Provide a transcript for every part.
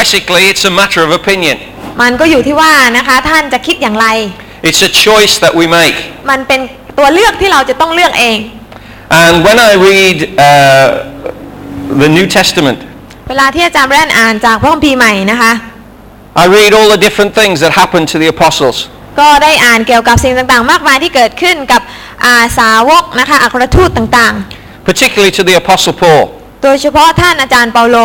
Basically, it's a matter of opinion. มันก็อยู่ที่ว่านะคะท่านจะคิดอย่างไร It's a choice that we make. มันเป็นตัวเลือกที่เราจะต้องเลือกเอง And when I read uh, the New Testament, เวลาที่อาจารย์แรนอ่านจากพระคัมภีร์ใหม่นะคะ I read all the different things that happened to the apostles. ก็ได้อ่านเกี่ยวกับสิ่งต่างๆ มากมายที่เกิดขึ้นกับอาสาวกนะคะอัครทูตต่างๆ particularly to the Apostle Paul. โดยเฉพาะท่านอาจารย์เปาโล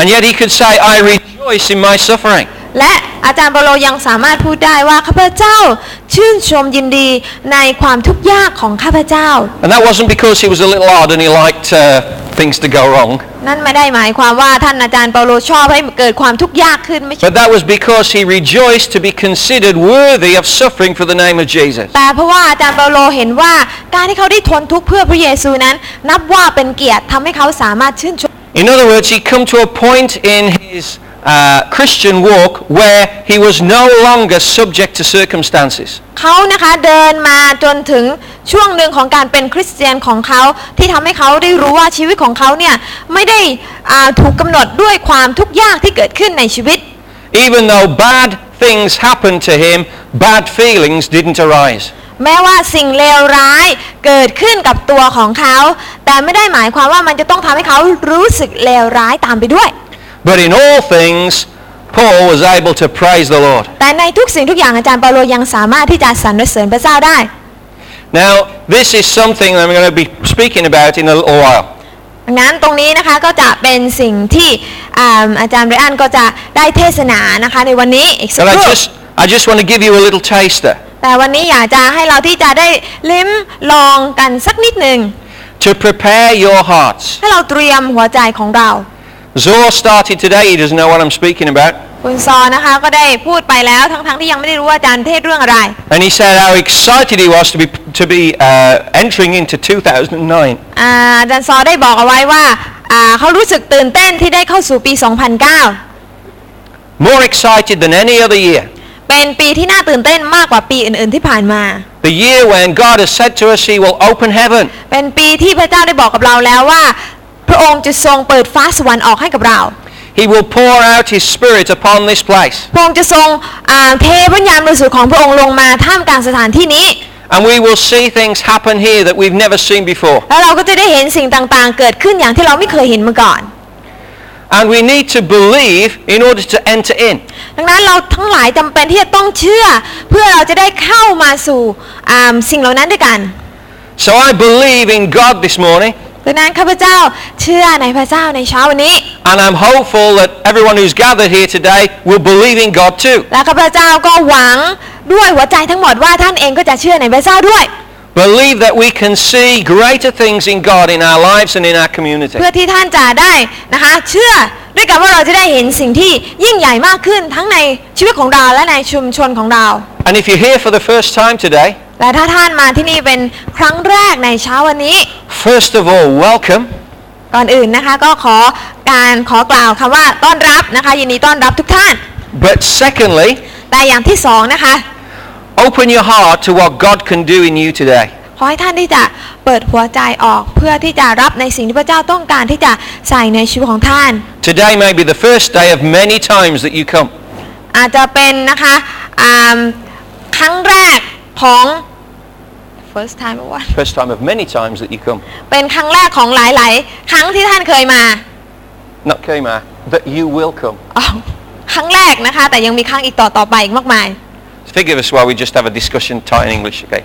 And yet he could say, I rejoice in my suffering. และอาจารย์เปาโลยังสามารถพูดได้ว่าข้าพเจ้าชื่นชมยินดีในความทุกข์ยากของข้าพเจ้า And that wasn't because he was a little odd and he liked uh, things to go wrong, นั่นไม่ได้หมายความว่าท่านอาจารย์เปาโลชอบให้เกิดความทุกข์ยากขึ้นไม่ใช่ but that was because he rejoiced to be considered worthy of suffering for the name of Jesus. แต่เพราะว่าอาจารย์เปาโลเห็นว่าการที่เขาได้ทนทุกข์เพื่อพระเยซูนั้น นับว่าเป็นเกียรติทำให้เขาสามารถชื่นชม In other words, he come to a point in his uh, Christian walk where he was no longer subject to circumstances. เขานะคะเดินมาจนถึงช่วงหนึ่งของการเป็นคริสเตียนของเขาที่ทำให้เขาได้รู้ว่าชีวิตของเขาเนี่ยไม่ได้อ่าถูกกำหนดด้วยความทุกข์ยากที่เกิดขึ้นในชีวิต Even though bad things happened to him, bad feelings didn't arise. แม้ว่าสิ่งเลวร้ายเกิดขึ้นกับตัวของเขา แต่ไม่ได้หมายความว่ามันจะต้องทำให้เขารู้สึกเลวร้ายตามไปด้วย But in all things, Paul was able to praise the Lord. แต่ในทุกสิ่งทุกอย่างอาจารย์เปาโลยังสามารถที่จะสรรเสริญพระเจ้าได้ Now, this is something that I'm going to be speaking about in a little while. ดังนั้นตรงนี้นะคะก็จะเป็นสิ่งที่อ่าอาจารย์ไรอันก็จะได้เทศนานะคะในวันนี้อีกสัก But ค I รู่ just, I just want to give you a little taster แต่วันนี้อยากจะให้เราที่จะได้ลิ้มลองกันสักนิดหนึ่ง to prepare your hearts. ให้เราเตรียมหัวใจของเรา Zor started today. He doesn't know what I'm speaking about. คุณซอนะคะก็ได้พูดไปแล้วทั้งๆที่ยังไม่ได้รู้ว่าอาจารย์เทศเรื่องอะไร And he said how excited he was to be, to be uh, entering into 2009. อ่าอาจารย์ซอได้บอกเอาไว้ว่าอ่าเขารู้สึกตื่นเต้นที่ได้เข้าสู่ปี 2009 More excited than any other year. เป็นปีที่น่าตื่นเต้นมากกว่าปีอื่นๆที่ผ่านมา The year when God has said to us he will open heaven. เป็นปีที่พระเจ้าได้บอกกับเราแล้วว่า พระองค์จะทรงเปิดฟ้าสวรรค์ออกให้กับเรา He will pour out his spirit upon this place. พระองค์จะทรงอ่าเทพระญาณบริสุทธิ์ของพระองค์ลงมาท่ามกลางสถานที่นี้ And we will see things happen here that we've never seen before. แล้วเราก็จะได้เห็นสิ่งต่างๆ เกิดขึ้นอย่างที่เราไม่เคยเห็นมาก่อน And we need to believe in order to enter in. ดังนั้นเราทั้งหลายจำเป็นที่จะต้องเชื่อ เพื่อเราจะได้เข้ามาสู่อ่าสิ่งเหล่านั้นด้วยกัน So I believe in God this morning, ดังนั้นข้าพเจ้าเชื่อในพระเจ้าในเช้าวันนี้ and I'm hopeful that everyone who's gathered here today will believe in God too. และข้าพเจ้าก็หวังด้วยหัวใจทั้งหมดว่าท่านเองก็จะเชื่อในพระเจ้าด้วย Believe that we can see greater things in God in our lives and in our community. เพื่อที่ท่านจะได้นะคะ เชื่อด้วยกันว่าเราจะได้เห็นสิ่งที่ยิ่งใหญ่มากขึ้นทั้งในชีวิตของเราและในชุมชนของเรา And if you're here for the first time today, และถ้าท่านมาที่นี่เป็นครั้งแรกในเช้าวันนี้ first of all, welcome. ก่อนอื่นนะคะก็ขอการขอกล่าวคำว่าต้อนรับนะคะยินดีต้อนรับทุกท่าน But secondly, แต่อย่างที่สองนะคะ open your heart to what God can do in you today. ขอให้ท่านที่จะเปิดหัวใจออก เพื่อที่จะรับในสิ่งที่พระเจ้าต้องการที่จะใส่ในชีวิตของท่าน Today may be the first day of many times that you come. อาจจะเป็นนะคะอ่าครั้งแรกของ first time ว่า First time of many times that you come. เป็นครั้งแรกของหลายๆ ครั้งที่ท่านเคยมา Not came, ah, that you will come. อ้าวครั้งแรกนะคะ แต่ยังมีครั้งอีกต่อต่อๆไปอีกมากมาย Forgive us while we just have a discussion tight in English, okay?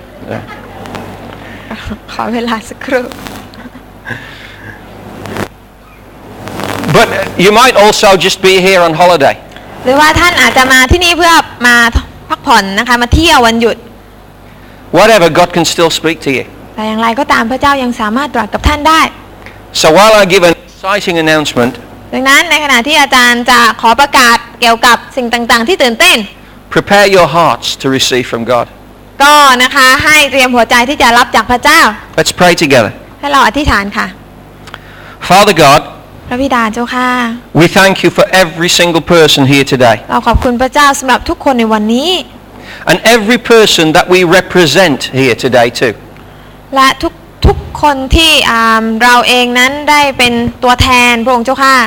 ขอเวลาสักครู่ But uh, you might also just be here on holiday. หรือว่าท่านอาจจะมาที่นี่เพื่อมาพักผ่อนนะคะ มาเที่ยววันหยุด Whatever, God can still speak to you. แต่อย่างไรก็ตามพระเจ้ายังสามารถตรัสกับท่านได้ So while I give an exciting announcement, ดังนั้นในขณะที่อาจารย์จะขอประกาศเกี่ยวกับสิ่งต่างๆ ที่ตื่นเต้น prepare your hearts to receive from God. ก็นะคะให้เตรียมหัวใจที่จะรับจากพระเจ้า Let's pray together. ให้เราอธิษฐานค่ะ Father God, พระบิดาเจ้าค่ะ we thank you for every single person here today เราขอบคุณพระเจ้าสำหรับทุกคนในวันนี้ and every person that we represent here today too. และทุกทุกคนที่อ่าเราเองนั้นได้เป็นตัวแทนพระองค์เจ้าค่ะ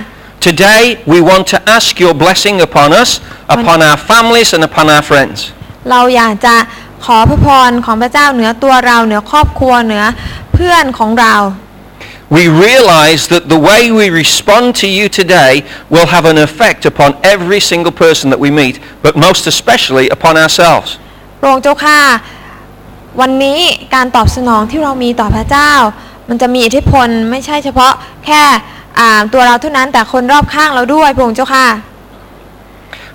Today, we want to ask your blessing upon us, upon our families, and upon our friends. เราอยากจะขอพระพรของพระเจ้าเหนือตัวเราเหนือครอบครัวเหนือเพื่อนของเรา We realize that the way we respond to you today will have an effect upon every single person that we meet, but most especially upon ourselves. พระองค์เจ้าค่ะ วันนี้การตอบสนองที่เรามีต่อพระเจ้า มันจะมีอิทธิพลไม่ใช่เฉพาะแค่อ่าตัวเราเท่านั้นแต่คนรอบข้างเราด้วยพระองค์เจ้าค่ะ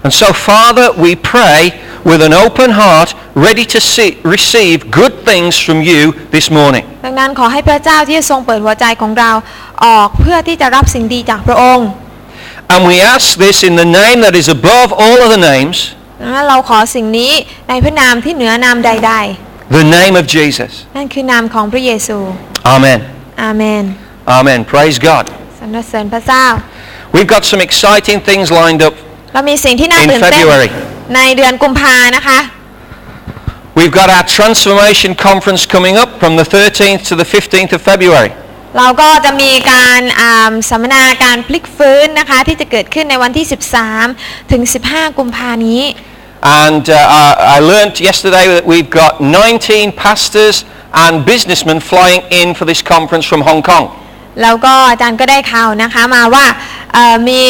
And so, Father, we pray with an open heart, ready to see, receive good things from you this morning. ดังนั้นขอให้พระเจ้าที่ทรงเปิดหัวใจของเราออกเพื่อที่จะรับสิ่งดีจากพระองค์ And we ask this in the name that is above all other names, ดังนั้นเราขอสิ่งนี้ในพระนามที่เหนือนามใด the name of Jesus. ๆ นั่นคือนามของพระเยซู Amen. อาเมน Amen. Praise God. สรรเสริญพระเจ้า We've got some exciting things lined up. เรามีสิ่งที่น่า In ตื่นเต้น February ในเดือนกุมภานะคะ We've got our transformation conference coming up from the 13th to the 15th of February. เราก็จะมีการอ่าสัมมนาการพลิกฟื้นนะคะ ที่จะเกิดขึ้นในวันที่ 13 ถึง 15 กุมภานี้ And uh, I, I learned yesterday that we've got 19 pastors and businessmen flying in for this conference from Hong Kong. แล้วก็อาจารย์ก็ได้ข่าวนะคะมาว่าเอ่อมี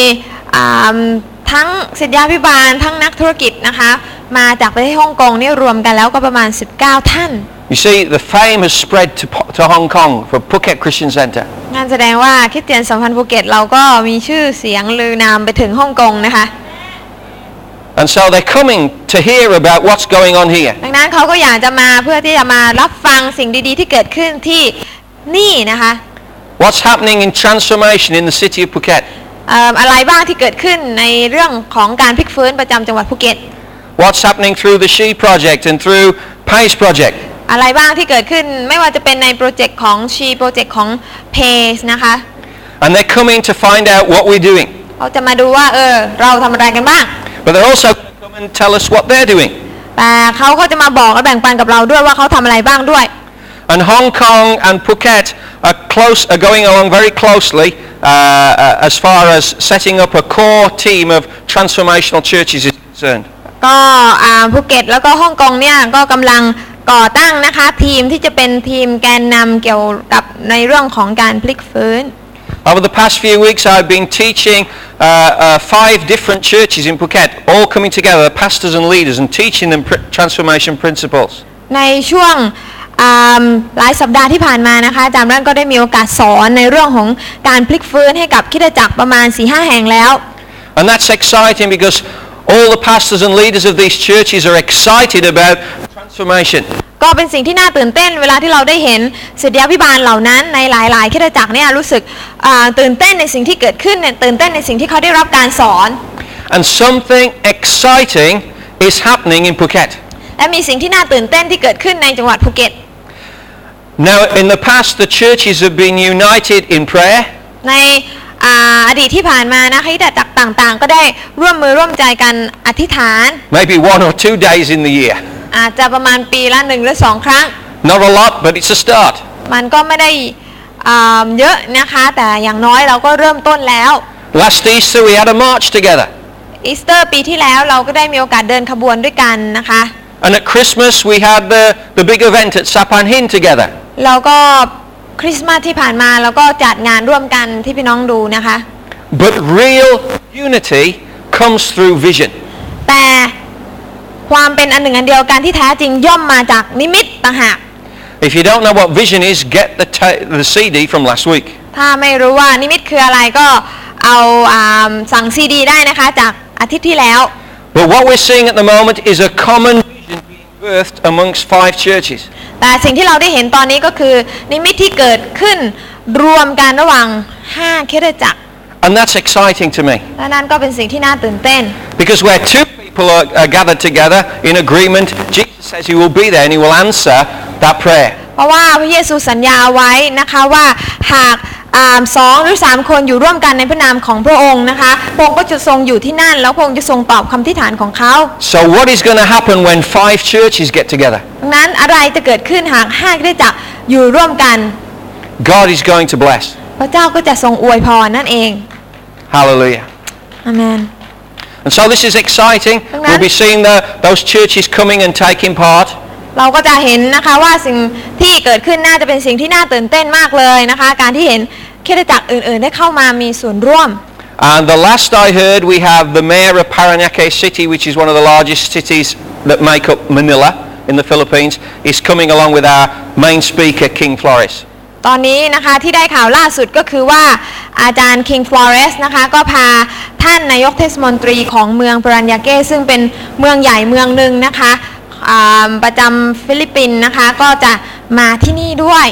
อ่าทั้งศิทยาพิบาลทั้งนักธุรกิจนะคะ มาจากประเทศฮ่องกงนี่รวมกันแล้วก็ประมาณ 19 ท่าน You see, the fame has spread to, Po- to Hong Kong for Phuket Christian Centre. งานแสดงว่าคริดเตียนสัมพันธ์ภูเก็ตเราก็มีชื่อเสียงลือนามไปถึงฮ่องกงนะคะ And so they're coming to hear about what's going on here. ดังนั้นเขาก็อยากจะมาเพื่อที่จะมารับฟังสิ่งดีๆ ที่เกิดขึ้นที่นี่นะคะ What's happening in transformation in the city of Phuket? เอ่ออะไรบ้างที่เกิดขึ้นในเรื่องของการพลิกฟื้นประจำจังหวัดภูเก็ต What's happening through the She Project and through PACE Project? อะไรบ้างที่เกิดขึ้นไม่ว่าจะเป็นในโปรเจกต์ของชีโปรเจกต์ของเพสนะคะ And they're coming to find out what we're doing. เขาจะมาดูว่าเออเราทำอะไรกันบ้าง But they're also going to come and tell us what they're doing. แต่เขาก็จะมาบอกและแบ่งปันกับเราด้วยว่าเขาทำอะไรบ้างด้วย And Hong Kong and Phuket are, close, are going along very closely uh, uh, as far as setting up a core team of transformational churches is concerned. ก็อ่าภูเก็ตแล้วก็ฮ่องกงเนี่ยก็กำลังก่อตั้งนะคะ ทีมที่จะเป็นทีมแกนนำเกี่ยวกับในเรื่องของการพลิกฟื้น Over the past few weeks, I've been teaching uh, uh, five different churches in Phuket, all coming together, pastors and leaders, and teaching them pr- transformation principles. ในช่วงอ่าหลายสัปดาห์ที่ผ่านมานะคะอาจารย์ร่านก็ได้มีโอกาสสอนในเรื่องของการพลิกฟื้นให้กับคริดจักรประมาณ4ีหแห่งแล้ว And that's exciting because all the pastors and leaders of these churches are excited about transformation. ก็เป็นสิ่งที่น่าตื่นเต้น เวลาที่เราได้เห็นศิษยาพิบาลเหล่านั้นในหลาย ๆคริดจักรเนี่ยรู้สึกอ่าตื่นเต้นในสิ่งที่เกิดขึ้นเนี่ยตื่นเต้นในสิ่งที่เขาได้รับการสอน And something exciting is happening in Phuket. และมีสิ่งที่น่าตื่นเต้นที่เกิดขึ้นในจังหวัดภูเก็ต Now, in the past, the churches have been united in prayer, ในอ่าอดีตที่ผ่านมานะคะคริดจักรต่าง ๆ ก็ได้ร่วมมือร่วมใจกันอธิษฐาน maybe one or two days in the year. อาจจะประมาณปีละหนึ่งหรือสองครั้ง Not a lot, but it's a start. มันก็ไม่ได้อ่าเยอะนะคะ แต่อย่างน้อยเราก็เริ่มต้นแล้ว Last Easter, we had a march together. อีสเตอร์ปีที่แล้วเราก็ได้มีโอกาสเดินขบวนด้วยกันนะคะ And at Christmas, we had the, the big event at Sapan Hin together. แล้วก็คริสต์มาสที่ผ่านมาเราก็จัดงานร่วมกันที่พี่น้องดูนะคะ But real unity comes through vision. แต่ความเป็นอันหนึ่งอันเดียวกันที่แท้จริงย่อมมาจากนิมิตต่างหาก If you don't know what vision is, get the, ta- the CD from last week. ถ้าไม่รู้ว่านิมิตคืออะไรก็เอาอาสั่งซีดีได้นะคะจากอาทิตย์ที่แล้ว But what we're seeing at the moment is a common vision being birthed amongst five churches. แต่สิ่งที่เราได้เห็นตอนนี้ก็คือนิมิตที่เกิดขึ้นรวมกันระหว่าง5เครจักร And that's exciting to me และนั่นก็เป็นสิ่งที่น่าตื่นเต้น because where two people are, are gathered together in agreement, Jesus says he will be there and he will answer that prayer. เพราะว่าพระเยซูสัญญาเอาไว้นะคะว่าหากอ่าสองหรือสามคนอยู่ร่วมกันในพระนามของพระองค์นะคะพระองค์ก็จะทรงอยู่ที่นั่น แล้วพระองค์จะทรงตอบคำทิฐานของเขา So what is going to happen when five churches get together? ดังนั้นอะไรจะเกิดขึ้นหากห้าเครจักรอยู่ร่วมกัน God is going to bless. พระเจ้าก็จะทรงอวยพรนั่นเอง Hallelujah. อาเมน And so this is exciting. Amen. We'll be seeing the, those churches coming and taking part. เราก็จะเห็นนะคะว่าสิ่งที่เกิดขึ้นน่าจะเป็นสิ่งที่น่าตื่นเต้นมากเลยนะคะ การที่เห็นเครจักรอื่น ๆ ได้เข้ามามีส่วนร่วม And the last I heard, we have the mayor of Paranaque City, which is one of the largest cities that make up Manila in the Philippines, is coming along with our main speaker, King Flores. ตอนนี้นะคะที่ได้ข่าวล่าสุดก็คือว่าอาจารย์คิงฟลอเรสนะคะก็พาท่านนายกเทศมนตรีของเมืองปรัญญาเก้ซึ่งเป็นเมืองใหญ่เมืองหนึ่งนะคะอ่าประจำฟิลิปปินส์นะคะก็จะมาที่นี่ด้วย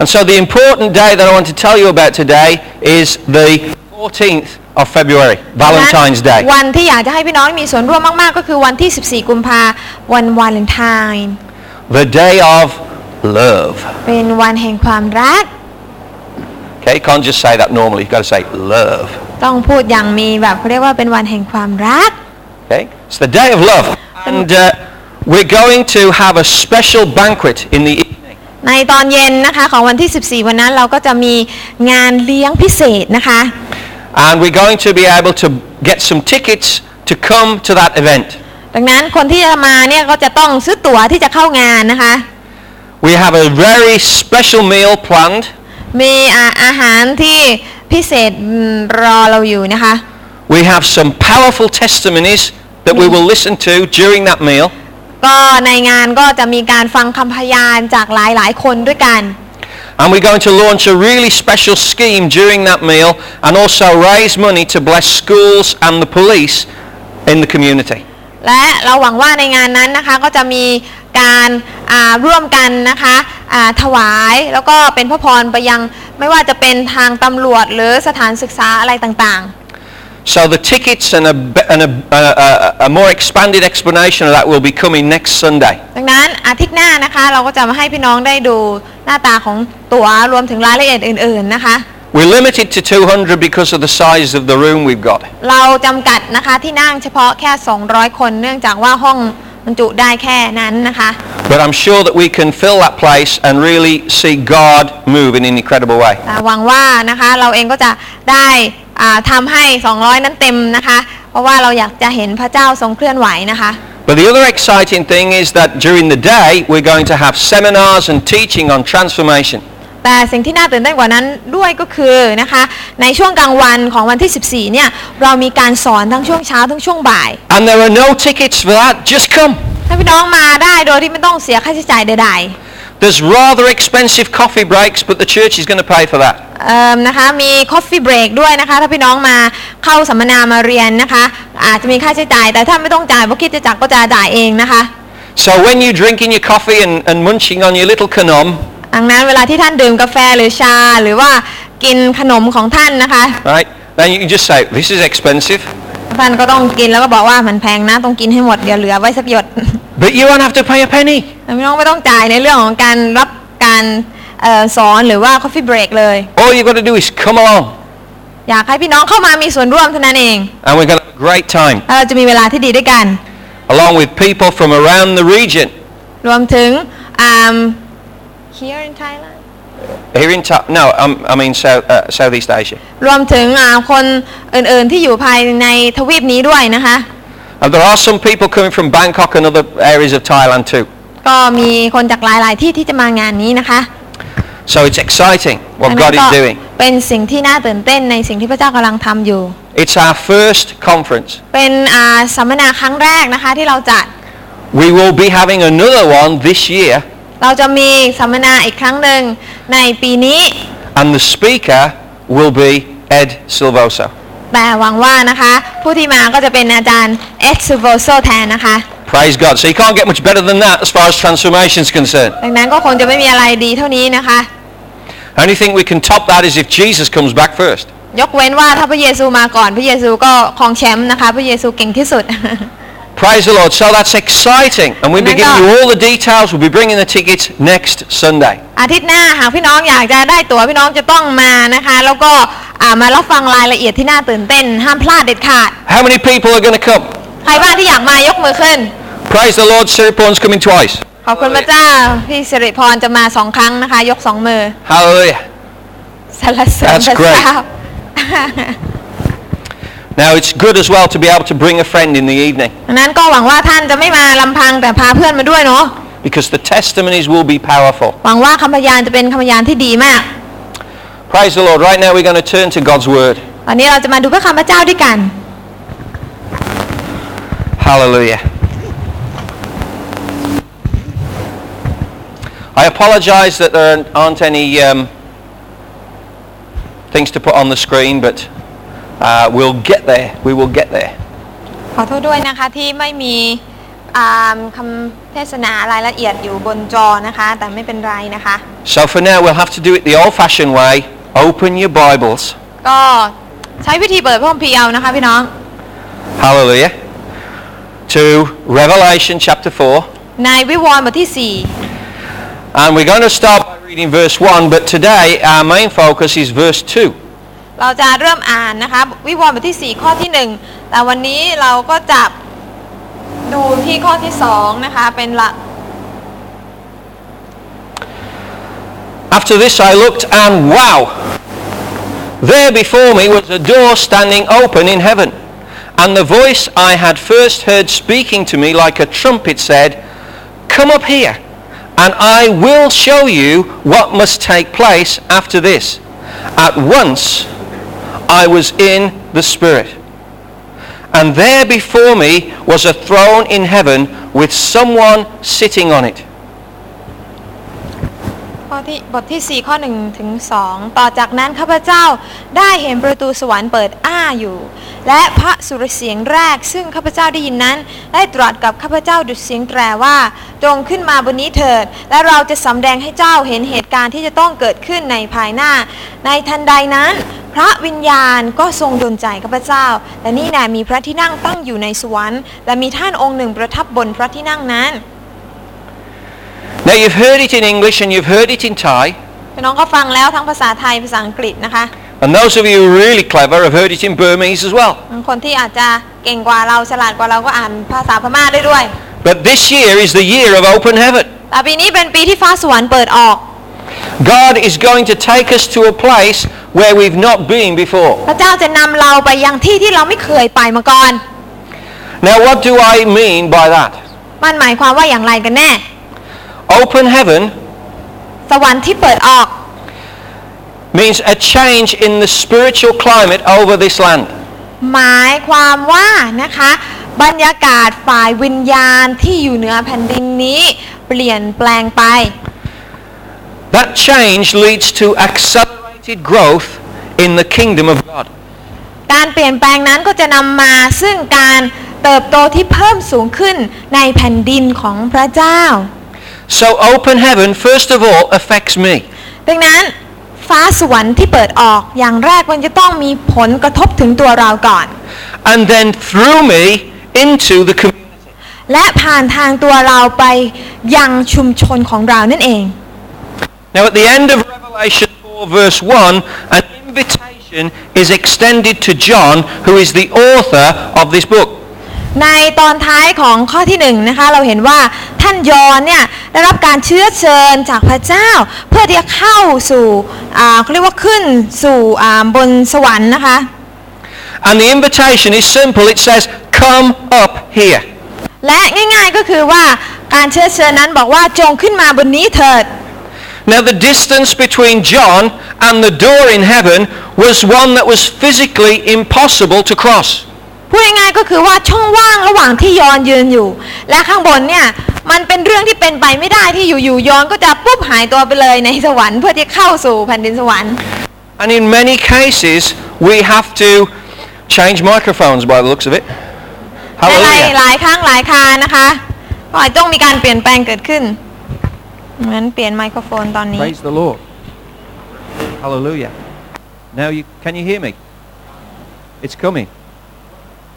And so the important day that I want to tell you about today is the 14th of February, ดัง Valentine's นั้น Day. วันที่อยากจะให้พี่น้องมีส่วนร่วมมาก ๆ ก็คือวันที่ 14 กุมภาวันวาเลนไทน์ The day of love. เป็นวันแห่งความรัก Okay, you can't just say that normally. You've got to say love. ต้องพูดอย่างมีแบบเขาเรียกว่าเป็นวันแห่งความรัก Okay? It's the day of love. And uh, we're going to have a special banquet in the evening. ในตอนเย็นนะคะของวันที่ 14 วันนั้นเราก็จะมีงานเลี้ยงพิเศษนะคะ And we're going to be able to get some tickets to come to that event. ดังนั้นคนที่จะมาเนี่ยก็จะต้องซื้อตั๋วที่จะเข้างานนะคะ We have a very special meal planned. มีอาอาหารที่พิเศษอืมรอเราอยู่นะคะ We have some powerful testimonies that we will listen to during that meal. ก็ในงานก็จะมีการฟังคำพยานจากหลายๆ คนด้วยกัน And we're going to launch a really special scheme during that meal and also raise money to bless schools and the police in the community. และเราหวังว่าในงานนั้นนะคะก็จะมีการอ่าร่วมกันนะคะอ่าถวายแล้วก็เป็นพระพรไปยังไม่ว่าจะเป็นทางตำรวจหรือสถานศึกษาอะไรต่าง So the tickets and a, be- and a, a, a, a more expanded explanation of that will be coming next Sunday. ๆ ดังนั้นอาทิตย์หน้านะคะเราก็จะมาให้พี่น้องได้ดูหน้าตาของตัว๋วรวมถึงรายละเอียดอื่น ๆนะคะ We're limited to 200 because of the size of the room we've got. เราจำกัดนะคะที่นั่งเฉพาะแค่ 200 คนเนื่องจากว่าห้องบรรจุได้แค่นั้นนะคะ But I'm sure that we can fill that place and really see God move in an incredible way. แต่หวังว่านะคะเราเองก็จะได้อ่าทำาให้ 200 นั้นเต็มนะคะ เพราะว่าเราอยากจะเห็นพระเจ้าทรงเคลื่อนไหวนะคะ But the other exciting thing is that during the day we're going to have seminars and teaching on transformation. แต่สิ่งที่น่าตื่นเต้นกว่านั้นด้วยก็คือนะคะในช่วงกลางวันของวันที่ 14 เนี่ยเรามีการสอนทั้งช่วงเช้าทั้งช่วงบ่าย And there are no tickets for that. Just come. ถ้าพี่น้องมาได้โดยที่ไม่ต้องเสียค่าใช้จ่ายใด There's rather expensive coffee breaks, but the church is going to pay for that. ๆเอิ่มนะคะมีคอฟฟี่เบรกด้วยนะคะ ถ้าพี่น้องมาเข้าสัมมนามาเรียนนะคะ อาจจะมีค่าใช้จ่าย แต่ถ้าไม่ต้องจ่ายเพราะคิดจะจักรก็จะจ่ายเองนะคะ So when you're drinking your coffee and, and munching on your little canom, ดังนั้นเวลาที่ท่านดื่มกาแฟหรือชา หรือว่ากินขนมของท่านนะคะ right, then you can just say, this is expensive. ท่านก็ต้องกินแล้วก็บอกว่ามันแพงนะต้องกินให้หมดอย่าเหลือไว้สักหยด But you won't have to pay a penny. พี่น้องไม่ต้องจ่ายในเรื่องของการรับการเออสอนหรือว่า coffee break เลย All you've got to do is come along. อยากให้พี่น้องเข้ามามีส่วนร่วมเท่านั้นเอง And we're going to have a great time, แล้วเราจะมีเวลาที่ดีด้วยกัน along with people from around the region. รวมถึงอ่า here in Thailand Here in Ta- no, um, I mean South, uh, Southeast Asia. รวมถึงอ่าคนอื่นๆที่อยู่ภายในทวีปนี้ด้วยนะคะ And there are some people coming from Bangkok and other areas of Thailand too. ก็มีคนจากหลายๆที่ที่จะมางานนี้นะคะ So it's exciting อั what นนั้ God นก็ is doing. เป็นสิ่งที่น่าตื่นเต้นในสิ่งที่พระเจ้ากำลังทำอยู่ It's our first conference. เป็นอ่าสัมมนาครั้งแรกนะคะที่เราจัด We will be having another one this year, เราจะมีสัมมนาอีกครั้งหนึ่งในปีนี้ and the speaker will be Ed Silvoso. แต่หวังว่านะคะ ผู้ที่มาก็จะเป็นอาจารย์เอ็กซ์โวโซแทนนะคะ Praise God. So you can't get much better than that as far as transformation is concerned. ดังนั้นก็คงจะไม่มีอะไรดีเท่านี้นะคะ Only thing we can top that is if Jesus comes back first. ยกเว้นว่าถ้าพระเยซูมาก่อน พระเยซูก็ครองแชมป์นะคะ พระเยซูเก่งที่สุด Praise the Lord. So that's exciting. And we'll be My giving you God. all the details. We'll be bringing the tickets next Sunday. อาทิตย์หน้าหากพี่น้องอยากจะได้ตั๋วพี่น้องจะต้องมานะคะ แล้วก็อ่ามารับฟังรายละเอียดที่น่าตื่นเต้น ห้ามพลาดเด็ดขาด How many people are going to come? ใครบ้างที่อยากมายกมือขึ้น Praise the Lord, Siriporn's coming twice. ขอบคุณพระเจ้า พี่สิริพรจะมาสองครั้งนะคะ ยกสองมือ Hallelujah. สรรเสริญ That's พระเจ้า Now, it's good as well to be able to bring a friend in the evening ดังนั้นก็หวังว่าท่านจะไม่มาลำพังแต่พาเพื่อนมาด้วยเนาะ because the testimonies will be powerful. หวังว่าคำพยานจะเป็นคำพยานที่ดีมาก Praise the Lord. Right now, we're going to turn to God's Word. ตอนนี้เราจะมาดูพระคำพระเจ้าด้วยกัน Hallelujah. I apologize that there aren't any um, things to put on the screen, but uh, we'll get there. We will get there. ขอโทษด้วยนะคะที่ไม่มีอ่าคำเทศนารายละเอียดอยู่บนจอนะคะ แต่ไม่เป็นไรนะคะ So for now, we'll have to do it the old-fashioned way. Open your Bibles. ก็ใช้วิธีเปิดพระคัมภีร์เอานะคะพี่น้อง Hallelujah. To Revelation chapter 4. ในวิวรณ์บทที่ And we're going to start by reading verse 1, but today our main focus is verse 2. 4 เราจะเริ่มอ่านนะคะ วิวรณ์บทที่ 4 ข้อที่ 1 แต่วันนี้เราก็จะดูที่ข้อที่ 2 นะคะ เป็นหลัก After this I looked and wow! There before me was a door standing open in heaven. And the voice I had first heard speaking to me like a trumpet said, Come up here, and I will show you what must take place after this. At once I was in the Spirit. And there before me was a throne in heaven with someone sitting on it. ข้อที่บทที่ 4 ข้อ1ถึง2ต่อจากนั้นข้าพเจ้าได้เห็นประตูสวรรค์เปิดอ้าอยู่ และพระสุรเสียงแรกซึ่งข้าพเจ้าได้ยินนั้น ได้ตรัสกับข้าพเจ้าดุจเสียงแตรว่าจงขึ้นมาบนนี้เถิด และเราจะสำแดงให้เจ้าเห็นเหตุการณ์ที่จะต้องเกิดขึ้นในภายหน้า ในทันใดนั้น พระวิญญาณก็ทรงดลใจข้าพเจ้า และนี่แหละมีพระที่นั่งตั้งอยู่ในสวรรค์และมีท่านองค์หนึ่งประทับบนพระที่นั่งนั้น Now you've heard it in English and you've heard it in Thai. พี่น้องก็ฟังแล้วทั้งภาษาไทยภาษาอังกฤษนะคะ And those of you who are really clever have heard it in Burmese as well. คนที่อาจจะเก่งกว่าเราฉลาดกว่าเราก็อ่านภาษาพม่าได้ด้วย But this year is the year of open heaven. แต่ปีนี้เป็นปีที่ฟ้าสวรรค์เปิดออก God is going to take us to a place where we've not been before. พระเจ้าจะนำเราไปยังที่ที่เราไม่เคยไปมาก่อน Now what do I mean by that? มันหมายความว่าอย่างไรกันแน่ Open heaven สวรรค์ที่เปิดออก means a change in the spiritual climate over this land. หมายความว่านะคะ บรรยากาศฝ่ายวิญญาณที่อยู่เหนือแผ่นดินนี้ เปลี่ยนแปลงไป That change leads to accelerated growth in the kingdom of God. การเปลี่ยนแปลงนั้นก็จะนำมาซึ่งการเติบโตที่เพิ่มสูงขึ้นในแผ่นดินของพระเจ้า So open heaven first of all affects me. ดังนั้นฟ้าสวรรค์ที่เปิดออกอย่างแรกมันจะต้องมีผลกระทบถึงตัวเราก่อน And then through me into the community. และผ่านทางตัวเราไปยังชุมชนของเรานั่นเอง Now at the end of Revelation 4 verse 1, an invitation is extended to John, who is the author of this book. ในตอนท้ายของข้อที่หนึ่งนะคะเราเห็นว่าท่านยอนเนี่ยได้รับการเชื้อเชิญจากพระเจ้า เพื่อที่จะเข้าสู่อ่าเขาเรียกว่าขึ้นสู่อ่าบนสวรรค์นะคะ And the invitation is simple. It says, come up here. และง่ายๆก็คือว่าการเชื้อเชิญนั้นบอกว่าจงขึ้นมาบนนี้เถิด Now the distance between John and the door in heaven was one that was physically impossible to cross. พูดง่ายๆก็คือว่าช่องว่างระหว่างที่ยอนยืนอยู่ และข้างบนเนี่ยมันเป็นเรื่องที่เป็นไปไม่ได้ที่อยู่ๆยอนก็จะปุ๊บหายตัวไปเลยในสวรรค์เพื่อที่เข้าสู่แผ่นดินสวรรค์ And in many cases, we have to change microphones by the looks of it. ในหลาย Hallelujah. หลายครั้งหลายครานะคะก็อาจต้องมีการเปลี่ยนแปลงเกิดขึ้นเหมือนเปลี่ยนไมโครโฟนตอนนี้ Praise the Lord. Hallelujah. Now you can you hear me? It's coming.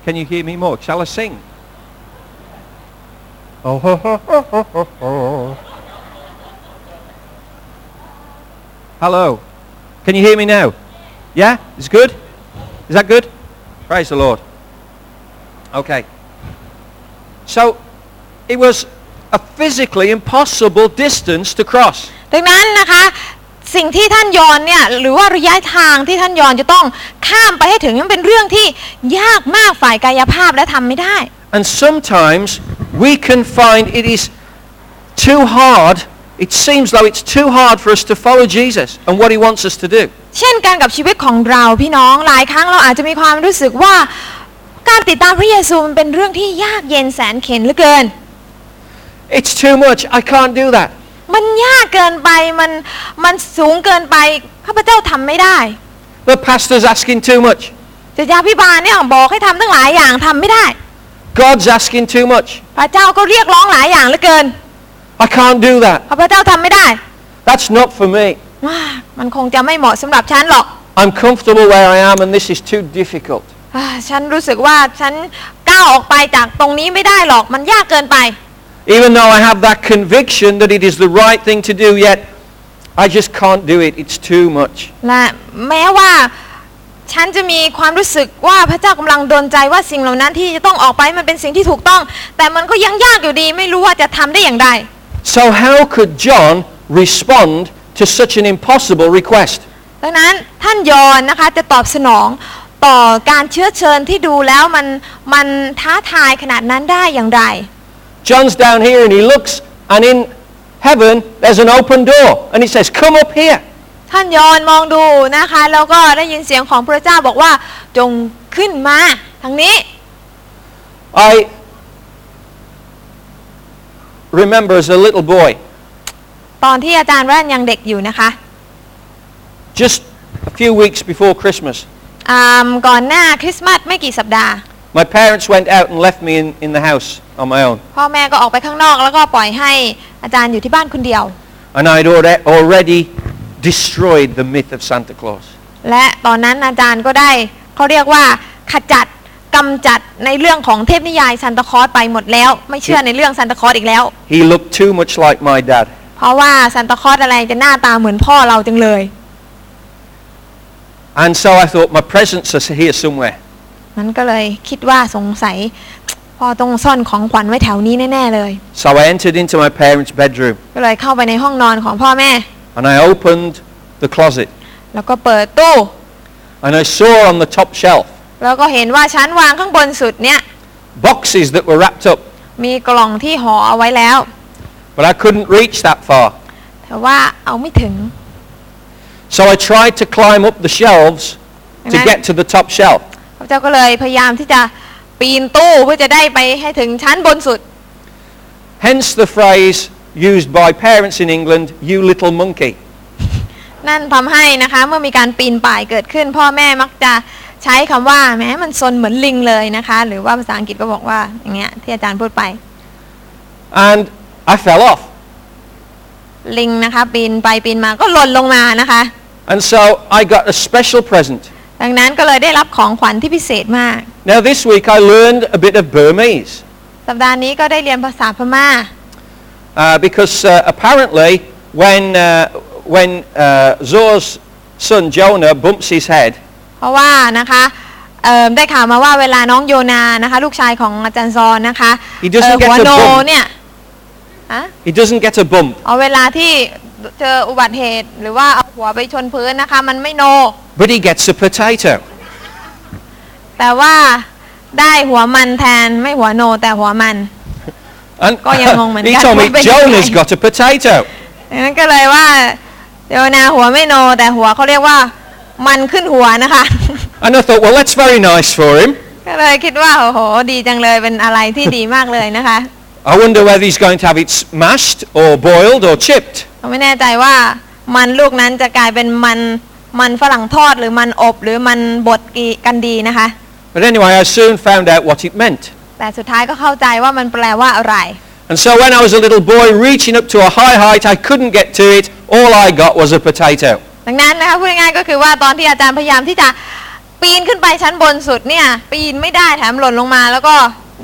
Can you hear me more? Shall I sing? Oh, ho, ho, ho, ho, ho, ho. Hello. Can you hear me now? Yeah? It's good? Is that good? Praise the Lord. Okay. So it was a physically impossible distance to cross. ดังนั้นนะคะ สิ่งที่ท่านยอนเนี่ยหรือว่าระยะทางที่ท่านยอนจะต้องข้ามไปให้ถึงมันเป็นเรื่องที่ยากมากฝ่ายกายภาพและทำไม่ได้ And sometimes we can find it is too hard, it seems though it's too hard for us to follow Jesus and what he wants us to do. เช่นกันกับชีวิตของเราพี่น้องหลายครั้งเราอาจจะมีความรู้สึกว่า การติดตามพระเยซูมันเป็นเรื่องที่ยากเย็นแสนเข็ญเหลือเกิน It's too much, I can't do that. มันยากเกินไปมันมันสูงเกินไปข้าพเจ้าทำไม่ได้ The pastor's asking too much. จิตยาพิบาลเนี่ยบอกให้ทำตั้งหลายอย่างทำไม่ได้ God's asking too much. พระเจ้าก็เรียกร้องหลายอย่างเหลือเกิน I can't do that. ข้าพเจ้าทำไม่ได้ That's not for me. ว้ามันคงจะไม่เหมาะสำหรับฉันหรอก I'm comfortable where I am and this is too difficult. อ่าฉันรู้สึกว่าฉันก้าวออกไปจากตรงนี้ไม่ได้หรอกมันยากเกินไป Even though I have that conviction that it is the right thing to do, yet I just can't do it. It's too much. และแม้ว่าฉันจะมีความรู้สึกว่าพระเจ้ากำลังดนใจว่าสิ่งเหล่านั้นที่จะต้องออกไปมันเป็นสิ่งที่ถูกต้อง แต่มันก็ยังยากอยู่ดีไม่รู้ว่าจะทำได้อย่างไร So how could John respond to such an impossible request? ดังนั้นท่านยอห์นนะคะจะตอบสนองต่อการเชื้อเชิญที่ดูแล้วมันมันท้าทายขนาดนั้นได้อย่างไร John's down here and he looks and in heaven there's an open door and he says, come up here. ท่านยอห์นมองดูนะคะแล้วก็ได้ยินเสียงของพระเจ้าบอกว่าจงขึ้นมาทางนี้ I remember as a little boy, ตอนที่อาจารย์แว่นยังเด็กอยู่นะคะ just a few weeks before Christmas, อ่าก่อนหน้าคริสต์มาสไม่กี่สัปดาห์ my parents went out and left me in, in the house on my own. พ่อแม่ก็ออกไปข้างนอกแล้วก็ปล่อยให้อาจารย์อยู่ที่บ้านคนเดียว And I'd alre- already destroyed the myth of Santa Claus. และตอนนั้นอาจารย์ก็ได้เขาเรียกว่าขจัดกำจัดในเรื่องของเทพนิยายซันตาคลอสไปหมดแล้ว ไม่เชื่อในเรื่องซันตาคลอสอีกแล้ว He looked too much like my dad. เพราะว่าซันตาคลอสอะไรจะหน้าตาเหมือนพ่อเราจังเลย And so I thought my presents are here somewhere. นั้นก็เลยคิดว่าสงสัยพ่อต้องซ่อนของขวัญไว้แถวนี้แน่ๆเลย So I entered into my parents' bedroom ก็เลยเข้าไปในห้องนอนของพ่อแม่ and I opened the closet แล้วก็เปิดตู้ and I saw on the top shelf แล้วก็เห็นว่าชั้นวางข้างบนสุดเนี่ย boxes that were wrapped up, มีกล่องที่ห่อเอาไว้แล้ว but I couldn't reach that far. แต่ว่าเอาไม่ถึง So I tried to climb up the shelves to Amen. get to the top shelf. พระเจ้าก็เลยพยายามที่จะปีนตู้เพื่อจะได้ไปให้ถึงชั้นบนสุด Hence the phrase used by parents in England, you little monkey. นั่นทำให้นะคะเมื่อมีการปีนป่ายเกิดขึ้น พ่อแม่มักจะใช้คำว่าแม้มันซนเหมือนลิงเลยนะคะ หรือว่าภาษาอังกฤษก็บอกว่าอย่างเงี้ยที่อาจารย์พูดไป And I fell off. ลิงนะคะ ปีนไปปีนมาก็หล่นลงมานะคะ And so I got a special present. ดังนั้นก็เลยได้รับของขวัญที่พิเศษมาก Now this week I learned a bit of Burmese สัปดาห์นี้ก็ได้เรียนภาษาพม่า uh, because uh, apparently when, uh, when uh, Zor's son Jonah bumps his head, เพราะว่านะคะเอิ่มได้ข่าวมาว่าเวลาน้องโยนานะคะ ลูกชายของอาจารย์ซอนนะคะ He doesn't get เอ่อหัว the โน bump. เนี่ยอะ he doesn't get a bump, เอาเวลาที่เจออุบัติเหตุหรือว่าเอาหัวไปชนพื้นนะคะ มันไม่โน but he gets a potato. แต่ว่าได้หัวมันแทนไม่หัวโน แต่หัวมัน And Go yang hong man, he guys, told me what about Jonah's you? got a potato. ดังนั้นก็เลยว่าเดวนาหัวไม่โน แต่หัวเขาเรียกว่ามันขึ้นหัวนะคะ And I thought, well, that's very nice for him. ก็เลยคิดว่าโอ้โหดีจังเลยเป็นอะไรที่ดีมากเลยนะคะ I wonder whether he's going to have it s- mashed or boiled or chipped. เราไม่แน่ใจว่ามันลูกนั้นจะกลายเป็นมันมันฝรั่งทอดหรือมันอบหรือมันบดกีกันดีนะคะ But anyway, I soon found out what it meant. แต่สุดท้ายก็เข้าใจว่ามันแปลว่าอะไร And so when I was a little boy reaching up to a high height, I couldn't get to it. All I got was a potato. ดังนั้นนะคะพูดง่ายๆก็คือว่าตอนที่อาจารย์พยายามที่จะปีนขึ้นไปชั้นบนสุดเนี่ย ปีนไม่ได้แถมหล่นลงมา แล้วก็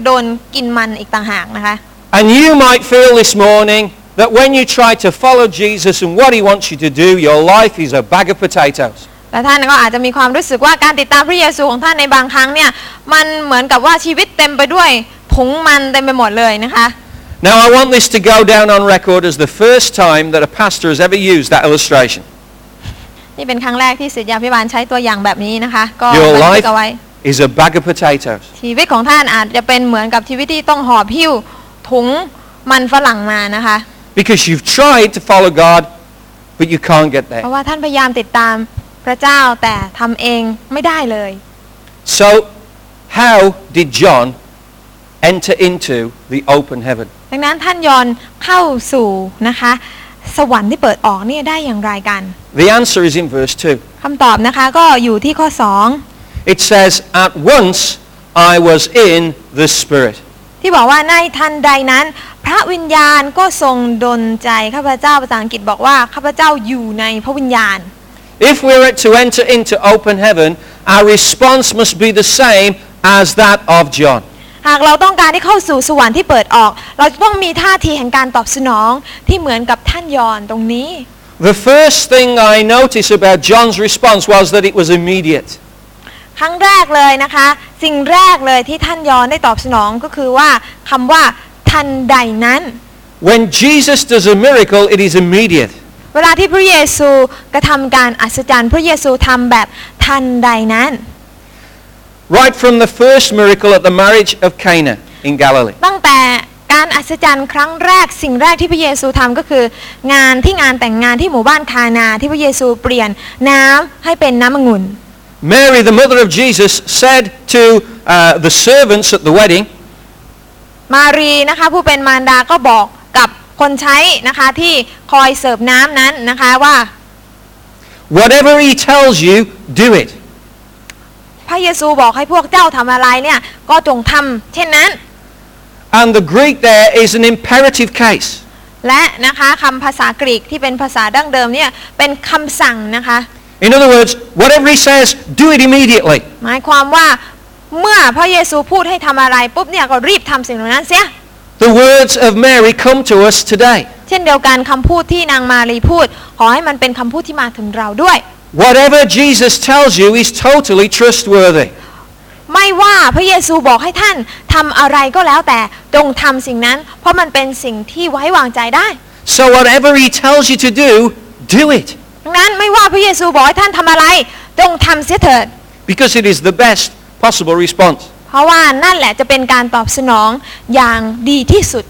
โดนกินมันอีกต่างหากนะคะ And you might feel this morning that when you try to follow Jesus and what he wants you to do, your life is a bag of potatoes. และท่านก็อาจจะมีความรู้สึกว่าการติดตามพระเยซูของท่านในบางครั้งเนี่ยมันเหมือนกับว่าชีวิตเต็มไปด้วยผงมันเต็มไปหมดเลยนะคะ Now, I want this to go down on record as the first time that a pastor has ever used that illustration. นี่เป็นครั้งแรกที่ศิษยาภิบาลใช้ตัวอย่างแบบนี้นะคะ ก็ Your บันทึ life กเอาไว้ is a bag of potatoes. ชีวิตของท่านอาจจะเป็นเหมือนกับชีวิตที่ต้องหอบหิ้วถุงมันฝรั่งมานะคะ Because you've tried to follow God, but you can't get เพ there. ราะว่าท่านพยายามติดตามพระเจ้าแต่ทำเองไม่ได้เลย So, how did John enter into the open heaven? ดังนั้นท่านยอนเข้าสู่นะคะ สวรรค์ที่เปิดออกเนี่ยได้อย่างไรกัน The answer is in verse 2. คำตอบนะคะก็อยู่ที่ข้อ It says, At once I was in the Spirit. 2 ที่บอกว่าในทันใดนั้น พระวิญญาณก็ทรงดลใจข้าพเจ้าภาษาอังกฤษบอกว่าข้าพเจ้าอยู่ในพระวิญญาณ If we were to enter into open heaven, our response must be the same as that of John. หากเราต้องการที่เข้าสู่สวรรค์ที่เปิดออก เราจะต้องมีท่าทีแห่งการตอบสนองที่เหมือนกับท่านยอนตรงนี้ The first thing I noticed about John's response was that it was immediate. ครั้งแรกเลยนะคะ สิ่งแรกเลยที่ท่านยอนได้ตอบสนองก็คือว่าคำว่าทันใดนั้น When Jesus does a miracle, it is immediate. เวลาที่พระเยซูกระทำการอัศจรรย์ พระเยซูทำแบบทันใดนั้น Right from the first miracle at the marriage of Cana in Galilee. ตั้งแต่การอัศจรรย์ครั้งแรกสิ่งแรกที่พระเยซูทำก็คือ งานที่งานแต่งงานที่หมู่บ้านคานาที่พระเยซูเปลี่ยนน้ำให้เป็นน้ำองุ่น Mary, the mother of Jesus, said to uh, the servants at the wedding, มารีนะคะผู้เป็นมารดาก็บอกกับคนใช้นะคะที่คอยเสิร์ฟน้ำนั้นนะคะว่า Whatever he tells you, do it. พระเยซูบอกให้พวกเจ้าทำอะไรเนี่ยก็จงทำเช่นนั้น And the Greek there is an imperative case. และนะคะคำภาษากรีกที่เป็นภาษาดั้งเดิมเนี่ยเป็นคำสั่งนะคะ In other words, whatever he says, do it immediately. หมายความว่าเมื่อพระเยซูพูดให้ทำอะไรปุ๊บเนี่ยก็รีบทำสิ่งเหล่านั้นเสีย The words of Mary come to us today. เช่นเดียวกันคำพูดที่นางมารีพูด ขอให้มันเป็นคำพูดที่มาถึงเราด้วย Whatever Jesus tells you is totally trustworthy. ไม่ว่าพระเยซูบอกให้ท่านทำอะไรก็แล้วแต่จงทำสิ่งนั้น เพราะมันเป็นสิ่งที่ไว้วางใจได้ So whatever he tells you to do, do it. ดังนั้นไม่ว่าพระเยซูบอกให้ท่านทำอะไร จงทำเสียเถิด Because it is the best possible response. เพราะว่านั่นแหละจะเป็นการตอบสนองอย่างดีที่สุด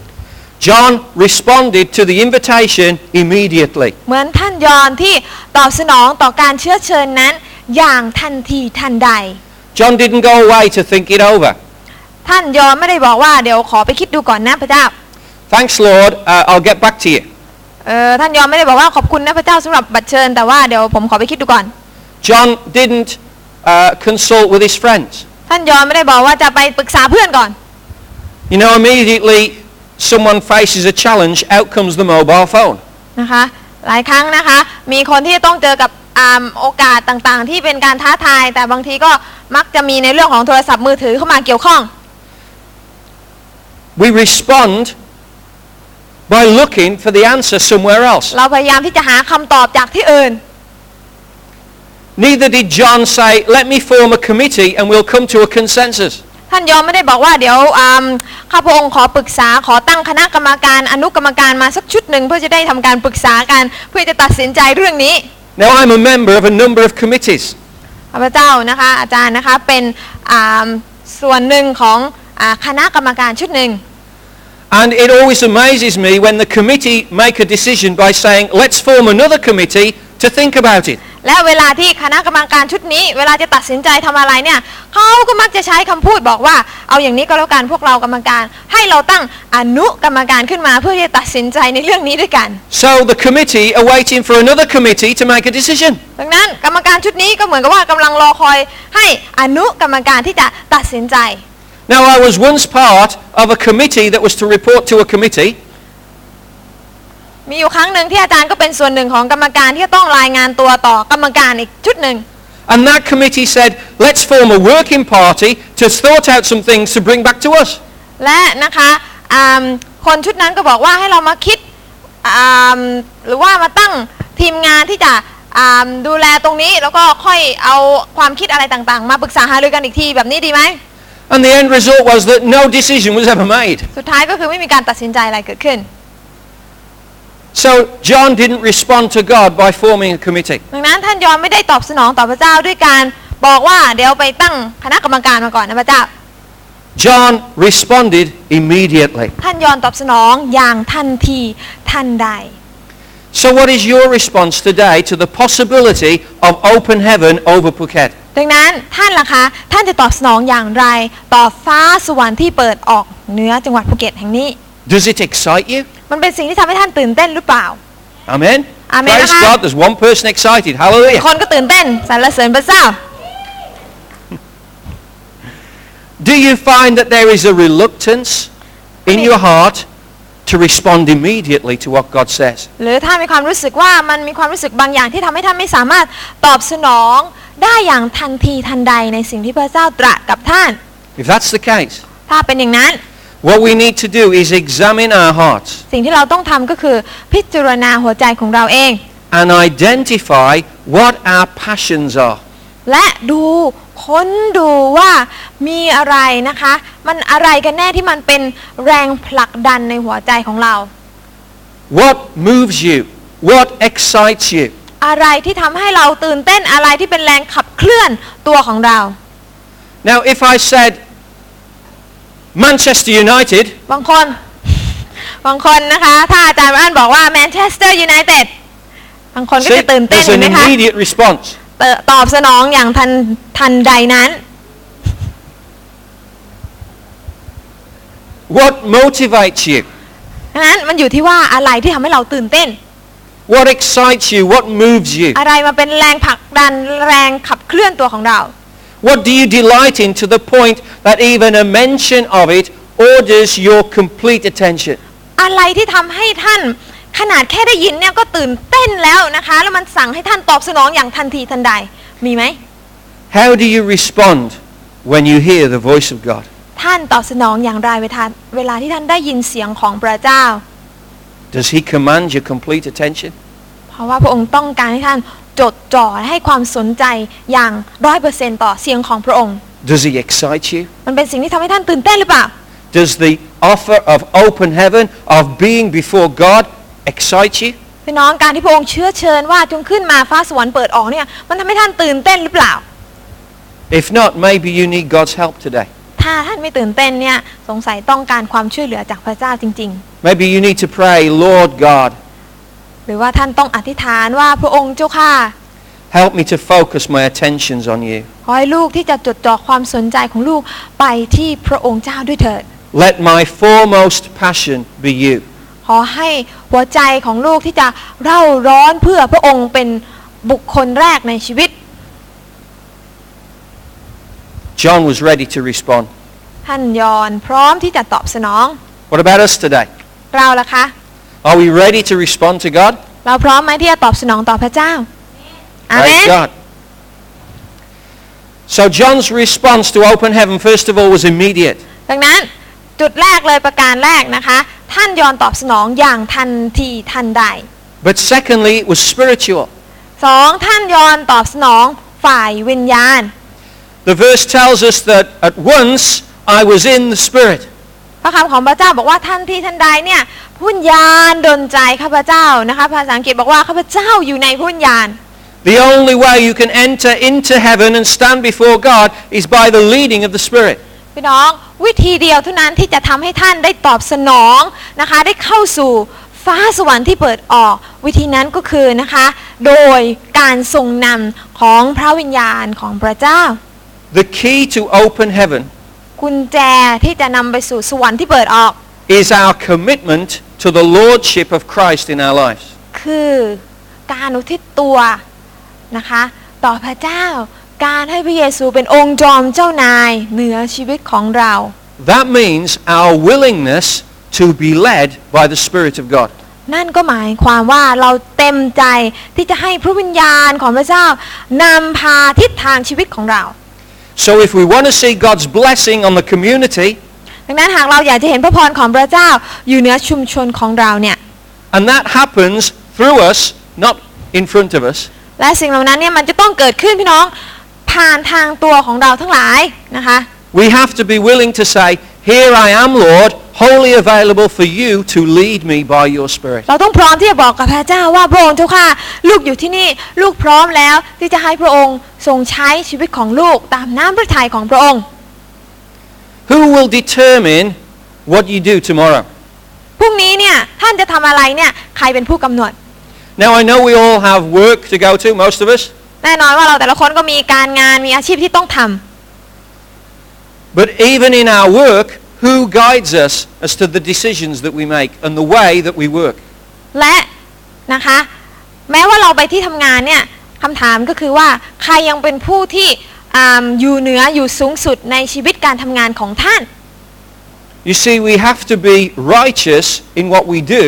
John responded to the invitation immediately. เหมือนท่านยอนที่ตอบสนองต่อการเชื้อเชิญนั้น อย่างทันทีทันใด John didn't go away to think it over. ท่านยอนไม่ได้บอกว่าเดี๋ยวขอไปคิดดูก่อนนะพระเจ้า Thanks, Lord. Uh, I'll get back to you. เออท่านยอนไม่ได้บอกว่าขอบคุณนะพระเจ้าสำหรับบัตรเชิญแต่ว่าเดี๋ยวผมขอไปคิดดูก่อน John didn't uh, consult with his friends. ท่านยอนไม่ได้บอกว่าจะไปปรึกษาเพื่อนก่อน You know, immediately someone faces a challenge, out comes the mobile phone. นะคะ หลายครั้งนะคะ มีคนที่ต้องเจอกับอ่าโอกาสต่างๆ ที่เป็นการท้าทาย แต่บางทีก็มักจะมีในเรื่องของโทรศัพท์มือถือเข้ามาเกี่ยวข้อง We respond by looking for the answer somewhere else. เราพยายามที่จะหาคำตอบจากที่อื่น Neither did John say, let me form a committee and we'll come to a consensus. ท่านยอมไม่ได้บอกว่าเดี๋ยวอืมข้าพระองค์ขอปรึกษาขอตั้งคณะกรรมการอนุกรรมการมาสักชุดหนึ่งเพื่อจะได้ทำการปรึกษากันเพื่อจะตัดสินใจเรื่องนี้ Now, I'm a member of a number of committees. ข้าพเจ้านะคะ อาจารย์นะคะเป็นอ่าส่วนหนึ่งของอาคณะกรรมการชุดหนึ่ง And it always amazes me when the committee make a decision by saying, let's form another committee to think about it. และเวลาที่คณะกรรมการชุดนี้ เวลาจะตัดสินใจทำอะไรเนี่ยเขาก็มักจะใช้คำพูดบอกว่า เอาอย่างนี้ก็แล้วกันพวกเรากรรมการ ให้เราตั้งอนุกรรมการขึ้นมาเพื่อที่จะตัดสินใจในเรื่องนี้ด้วยกัน So the committee are waiting for another committee to make a decision. ดังนั้นกรรมการชุดนี้ก็เหมือนกับว่ากำลังรอคอยให้อนุกรรมการที่จะตัดสินใจ Now, I was once part of a committee that was to report to a committee, มีอยู่ครั้งหนึ่งที่อาจารย์ก็เป็นส่วนหนึ่งของกรรมการที่จะต้องรายงานตัวต่อกรรมการอีกชุดหนึ่ง and that committee said, let's form a working party to sort out some things to bring back to us. และนะคะอ่าคนชุดนั้นก็บอกว่าให้เรามาคิดอ่าหรือว่ามาตั้งทีมงานที่จะอ่าดูแลตรงนี้แล้วก็ค่อยเอาความคิดอะไรต่างๆ มาปรึกษาหารือกันอีกทีแบบนี้ดีไหม And the end result was that no decision was ever made. สุดท้ายก็คือไม่มีการตัดสินใจอะไรเกิดขึ้น So John didn't respond to God by forming a committee. ดังนั้นท่านยอห์นไม่ได้ตอบสนองต่อพระเจ้าด้วยการบอกว่าเดี๋ยวไปตั้งคณะกรรมการมาก่อนนะพระเจ้า John responded immediately. ท่านยอห์นตอบสนองอย่างทันทีทันใด So what is your response today to the possibility of open heaven over Phuket? ดังนั้นท่านล่ะคะ ท่านจะตอบสนองอย่างไร ต่อฟ้าสวรรค์ที่เปิดออกเหนือจังหวัดภูเก็ตแห่งนี้ Does it excite you? มันเป็นสิ่งที่ทำให้ท่านตื่นเต้นหรือเปล่า Amen. Amen, Praise amen. God. There's one person excited. Hallelujah. คนก็ตื่นเต้นสรรเสริญพระเจ้า Do you find that there is a reluctance in Amen. your heart to respond immediately to what God says? หรือถ้ามีความรู้สึกว่ามันมีความรู้สึกบางอย่างที่ทำให้ท่านไม่สามารถตอบสนองได้อย่างทันทีทันใดในสิ่งที่พระเจ้าตรัสกับท่าน If that's the case, ถ้าเป็นอย่างนั้น what we need to do is examine our hearts สิ่งที่เราต้องทำก็คือพิจารณาหัวใจของเราเอง and identify what our passions are. และดูค้นดูว่ามีอะไรนะคะ มันอะไรกันแน่ที่มันเป็นแรงผลักดันในหัวใจของเรา What moves you? What excites you? อะไรที่ทำให้เราตื่นเต้นอะไรที่เป็นแรงขับเคลื่อนตัวของเรา Now, if I said Manchester United, บางคน บางคนนะคะ ถ้าอาจารย์อันบอกว่าแมนเชสเตอร์ยูไนเต็ดบางคนก็ see, จะตื่นเต้น there's เห็น an ไหมคะ immediate response. เตอตอบสนองอย่างทันทันใดนั้น What motivates you? ดังนั้นมันอยู่ที่ว่าอะไรที่ทำให้เราตื่นเต้น What excites you? What moves you? อะไรมาเป็นแรงผลักดันแรงขับเคลื่อนตัวของเรา What do you delight in to the point that even a mention of it orders your complete attention? อะไรที่ทำให้ท่านขนาดแค่ได้ยินเนี่ยก็ตื่นเต้นแล้วนะคะ แล้วมันสั่งให้ท่านตอบสนองอย่างทันทีทันใดมีไหม How do you respond when you hear the voice of God? ท่านตอบสนองอย่างไรเวลาเวลาที่ท่านได้ยินเสียงของพระเจ้า Does he command your complete attention? เพราะว่าพระองค์ต้องการให้ท่านจดจ่อและให้ความสนใจอย่างร้อยเปอร์เซนต่อเสียงของพระองค์ Does he excite you? มันเป็นสิ่งที่ทำให้ท่านตื่นเต้นหรือเปล่า Does the offer of open heaven, of being before God, excite you? พี่น้องการที่พระองค์เชื้อเชิญว่าจงขึ้นมาฟ้าสวรรค์เปิดออกเนี่ยมันทำให้ท่านตื่นเต้นหรือเปล่า If not, maybe you need God's help today. ถ้าท่านไม่ตื่นเต้นเนี่ยสงสัยต้องการความช่วยเหลือจากพระเจ้าจริง ๆ Maybe you need to pray, Lord God, หรือว่าท่านต้องอธิษฐานว่าพระองค์เจ้าค่ะ help me to focus my attentions on you. ขอให้ลูกที่จะจดจ่อความสนใจของลูกไปที่พระองค์เจ้าด้วยเถิด Let my foremost passion be you. ขอให้หัวใจของลูกที่จะเร่าร้อนเพื่อพระองค์เป็นบุคคลแรกในชีวิต John was ready to respond. ท่านยอนพร้อมที่จะตอบสนอง What about us today? เราล่ะคะ Are we ready to respond to God? เราพร้อมไหมที่จะตอบสนองต่อพระเจ้าอาเม Praise น God. So John's response to open heaven, first of all, was immediate. ดังนั้นจุดแรกเลยประการแรกนะคะ ท่านยอนตอบสนองอย่างทันทีทันใด But secondly, it was spiritual. สองท่านยอนตอบสนองฝ่ายวิญญาณ The verse tells us that at once I was in the Spirit. พระคำของพระเจ้าบอกว่าท่านที่ท่านใดเนี่ยพุ่นยานดนใจข้าพเจ้านะคะภาษาอังกฤษบอกว่าข้าพเจ้าอยู่ในพุ่นยาน The only way you can enter into heaven and stand before God is by the leading of the Spirit. พี่น้องวิธีเดียวเท่านั้นที่จะทำให้ท่านได้ตอบสนองนะคะ ได้เข้าสู่ฟ้าสวรรค์ที่เปิดออก วิธีนั้นก็คือนะคะ โดยการทรงนำของพระวิญญาณของพระเจ้า The key to open heaven กุญแจที่จะนำไปสู่สวรรค์ที่เปิดออก is our commitment to the Lordship of Christ in our lives. คือการอุทิศตัวนะคะ ต่อพระเจ้า การให้พระเยซูเป็นองค์จอมเจ้านายเหนือชีวิตของเรา That means our willingness to be led by the Spirit of God. นั่นก็หมายความว่าเราเต็มใจที่จะให้พระวิญญาณของพระเจ้านำพาทิศทางชีวิตของเรา So if we want to see God's blessing on the community, ดังนั้นหากเราอยากจะเห็นพระพรของพระเจ้าอยู่เหนือชุมชนของเราเนี่ย and that happens through us, not in front of us, และสิ่งเหล่านั้นเนี่ยมันจะต้องเกิดขึ้นพี่น้องผ่านทางตัวของเราทั้งหลายนะคะ we have to be willing to say, here I am, Lord, wholly available for you to lead me by your Spirit. เราต้องพร้อมที่จะบอกกับพระเจ้าว่าพระองค์เจ้าค่ะลูกอยู่ที่นี่ลูกพร้อมแล้วที่จะให้พระองค์ทรงใช้ชีวิตของลูกตามน้ำพระทัยของพระองค์ Who will determine what you do tomorrow? พรุ่งนี้เนี่ยท่านจะทำอะไรเนี่ยใครเป็นผู้กำหนด Now, I know we all have work to go to, most of us, แน่นอนว่าเราแต่ละคนก็มีการงานมีอาชีพที่ต้องทำ but even in our work, who guides us as to the decisions that we make and the way that we work? และนะคะ แม้ว่าเราไปที่ทำงานเนี่ยคำถามก็คือว่าใครยังเป็นผู้ที่อ่าอยู่เหนืออยู่สูงสุดในชีวิตการทำงานของท่าน You see, we have to be righteous in what we do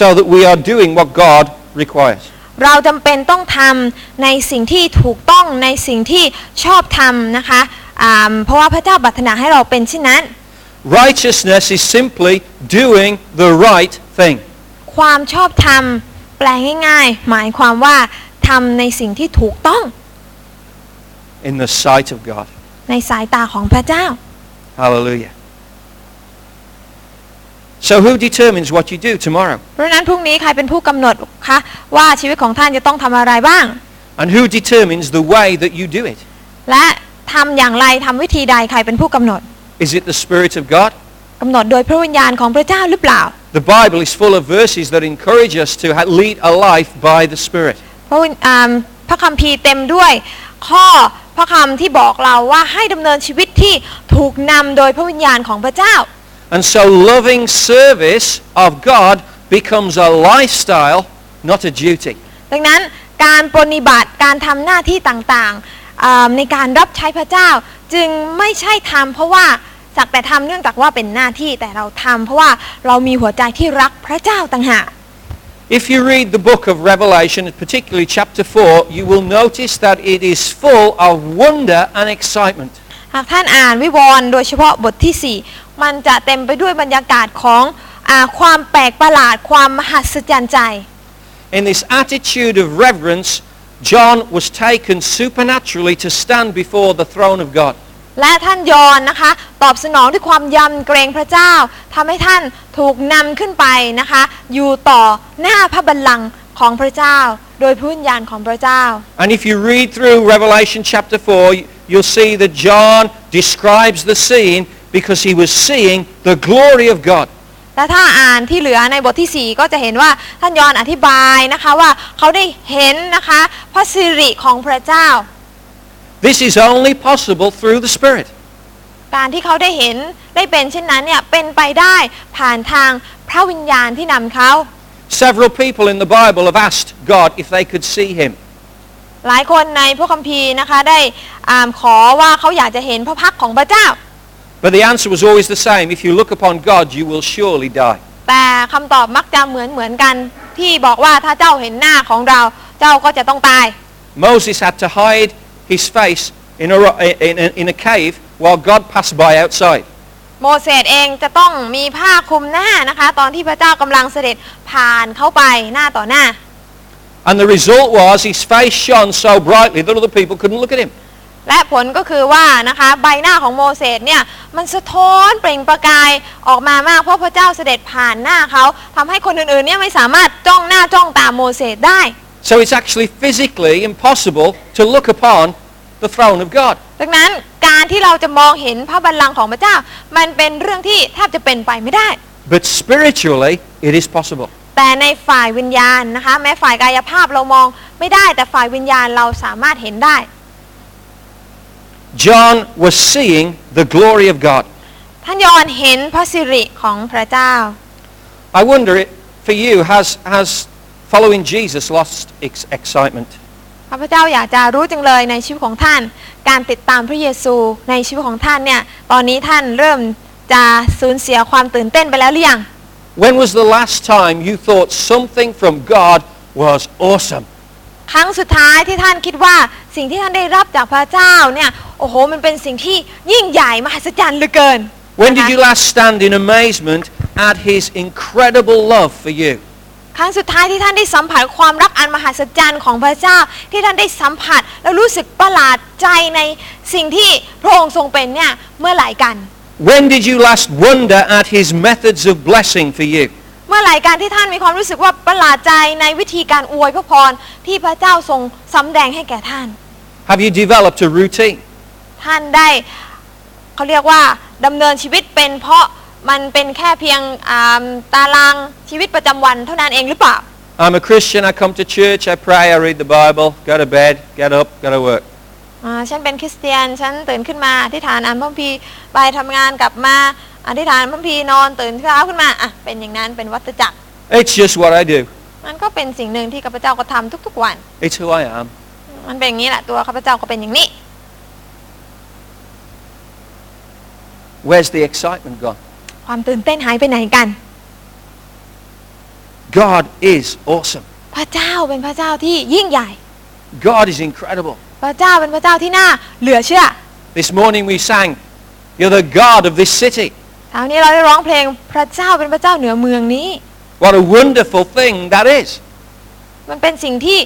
so that we are doing what God requires. เราจำเป็นต้องทำในสิ่งที่ถูกต้องในสิ่งที่ชอบทำนะคะอ่าเพราะว่าพระเจ้าปรารถนาให้เราเป็นเช่นนั้น Righteousness is simply doing the right thing. ความชอบธรรมแปลง่ายๆ หมายความว่าทำในสิ่งที่ถูกต้อง in the sight of God. ในสายตาของพระเจ้า Hallelujah. So who determines what you do tomorrow? เพราะฉะนั้นพรุ่งนี้ใครเป็นผู้กำหนดคะว่าชีวิตของท่านจะต้องทำอะไรบ้าง And who determines the way that you do it? และทำอย่างไรทำวิธีใดใครเป็นผู้กำหนด Is it the Spirit of God? กำหนดโดยพระวิญญาณของพระเจ้าหรือเปล่า The Bible is full of verses that encourage us to ha- lead a life by the Spirit. พระวิญอ่าพระคัมภีร์เต็มด้วย ข้อพระคำที่บอกเราว่าให้ดำเนินชีวิตที่ถูกนำโดยพระวิญญาณของพระเจ้า And so loving service of God becomes a lifestyle, not a duty. ดังนั้นการปฏิบัติการทำหน้าที่ต่างๆอ่าในการรับใช้พระเจ้าจึงไม่ใช่ทำเพราะว่าสักแต่ทำเนื่องจากว่าเป็นหน้าที่แต่เราทำเพราะว่าเรามีหัวใจที่รักพระเจ้าต่างหาก If you read the book of Revelation, particularly chapter 4, you will notice that it is full of wonder and excitement. หากท่านอ่านวิวรณ์โดยเฉพาะบทที่ 4 มันจะเต็มไปด้วยบรรยากาศของอาความแปลกประหลาดความมหัศจรรย์ใจ In this attitude of reverence, John was taken supernaturally to stand before the throne of God. และท่านยอนนะคะ ตอบสนองด้วยความยำเกรงพระเจ้าทำให้ท่านถูกนำขึ้นไปนะคะ อยู่ต่อหน้าพระบัลลังก์ของพระเจ้า โดยพื้นยานของพระเจ้า And if you read through Revelation chapter 4, you'll see that John describes the scene because he was seeing the glory of God. และถ้าอ่านที่เหลือในบทที่ 4 ก็จะเห็นว่าท่านยอนอธิบายนะคะว่าเขาได้เห็นนะคะพระสิริของพระเจ้า This is only possible through the Spirit. การที่เขาได้เห็นได้เป็นเช่นนั้นเนี่ยเป็นไปได้ผ่านทางพระวิญญาณที่นำเขา Several people in the Bible have asked God if they could see him. หลายคนในพวกคัมภีร์นะคะได้อ่าขอว่าเขาอยากจะเห็นพระพักตร์ของพระเจ้า But the answer was always the same. If you look upon God, you will surely die. แต่คำตอบมักจะเหมือนเหมือนกัน ที่บอกว่าถ้าเจ้าเห็นหน้าของเราเจ้าก็จะต้องตาย Moses had to hide his face in a, ro- in a, in a cave while God passed by outside. โมเสสเองจะต้องมีผ้าคลุมหน้านะคะ ตอนที่พระเจ้ากำลังเสด็จผ่านเข้าไปหน้าต่อหน้า And the result was his face shone so brightly that other people couldn't look at him. และผลก็คือว่านะคะใบหน้าของโมเสสเนี่ยมันสะท้อนเปล่งประกายออกมามากเพราะพระเจ้าเสด็จผ่านหน้าเขาทำให้คนอื่นๆเนี่ยไม่สามารถจ้องหน้าจ้องตามโมเสสได้ So it's actually physically impossible to look upon the throne of God. ดังนั้นการที่เราจะมองเห็นพระบัลลังก์ของพระเจ้า มันเป็นเรื่องที่แทบจะเป็นไปไม่ได้ But spiritually, it is possible. แต่ในฝ่ายวิญญาณนะคะ แม้ฝ่ายกายภาพเรามองไม่ได้แต่ฝ่ายวิญญาณเราสามารถเห็นได้ John was seeing the glory of God. ท่านยอห์นเห็นพระสิริของพระเจ้า I wonder it, for you, has, has following Jesus lost its excitement? ข้าพเจ้าอยากจะรู้จังเลยในชีวิตของท่าน การติดตามพระเยซูในชีวิตของท่านเนี่ย ตอนนี้ท่านเริ่มจะสูญเสียความตื่นเต้นไปแล้วหรือยัง When was the last time you thought something from God was awesome? ครั้งสุดท้ายที่ท่านคิดว่าสิ่งที่ท่านได้รับจากพระเจ้าเนี่ย โอ้โห มันเป็นสิ่งที่ยิ่งใหญ่มหัศจรรย์เหลือเกิน When did นะคะ you last stand in amazement at his incredible love for you? ครั้งสุดท้ายที่ท่านได้สัมผัสความรักอันมหัศจรรย์ของพระเจ้า ที่ท่านได้สัมผัสแล้วรู้สึกประหลาดใจในสิ่งที่พระองค์ทรงเป็นเนี่ยเมื่อไหร่กัน When did you last wonder at his methods of blessing for you? เมื่อไหร่การที่ท่านมีความรู้สึกว่าประหลาดใจในวิธีการอวยพระพรที่พระเจ้าทรงสำแดงให้แก่ท่าน Have you developed a routine? ท่านได้เขาเรียกว่าดำเนินชีวิตเป็นเพราะมันเป็นแค่เพียงอ่าตารางชีวิตประจำวันเท่านั้นเองหรือเปล่า I'm a Christian, I come to church, I pray, I read the Bible, go to bed, get up, go to work. อ่าฉันเป็นคริสเตียน ฉันตื่นขึ้นมาอธิษฐานอ่านพระคัมภีร์ไปทำงานกลับมาอธิษฐานพระคัมภีร์นอนตื่นเช้าขึ้นมาอ่ะเป็นอย่างนั้นเป็นวัตจักร It's just what I do. มันก็เป็นสิ่งหนึ่งที่ข้าพเจ้าก็ทำทุกๆวัน It's who I am. มันเป็นอย่างนี้แหละตัวข้าพเจ้าก็เป็นอย่างนี้ Where's the excitement gone? ความตื่นเต้นหายไปไหนกัน God is awesome. พระเจ้าเป็นพระเจ้าที่ยิ่งใหญ่ God is incredible. พระเจ้าเป็นพระเจ้าที่น่าเหลือเชื่อ This morning we sang, You're the God of this city. เช้านี้เราได้ร้องเพลงพระเจ้าเป็นพระเจ้าเหนือเมืองนี้ What a wonderful thing that is. มันเป็นสิ่งที่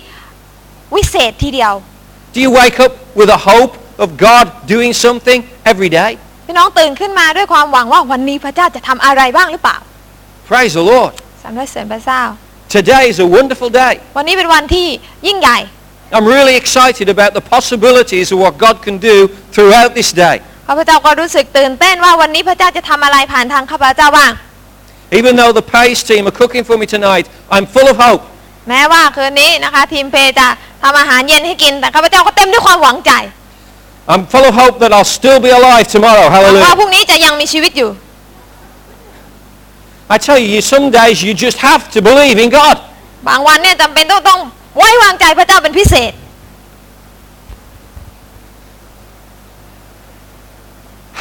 วิเศษทีเดียว Do you wake up with a hope of God doing something every day? พี่น้องตื่นขึ้นมาด้วยความหวังว่าวันนี้พระเจ้าจะทำอะไรบ้างหรือเปล่า Praise the Lord. สำหรับเสริญพระเจ้า Today is a wonderful day. วันนี้เป็นวันที่ยิ่งใหญ่ I'm really excited about the possibilities of what God can do throughout this day. ข้าพเจ้าก็รู้สึกตื่นเต้นว่าวันนี้พระเจ้าจะทำอะไรผ่านทางข้าพเจ้าบ้าง Even though the PACE team are cooking for me tonight, I'm full of hope. แม้ว่าคืนนี้นะคะ ทีมเพจะทำอาหารเย็นให้กิน แต่ข้าพเจ้าก็เต็มด้วยความหวังใจ I'm full of hope that I'll still be alive tomorrow. หวังว่า Hallelujah. พรุ่งนี้จะยังมีชีวิตอยู่ I tell you, you- some days you just have to believe in God. บางวันเนี่ยจำเป็นต้องต้องไว้วางใจพระเจ้าเป็นพิเศษ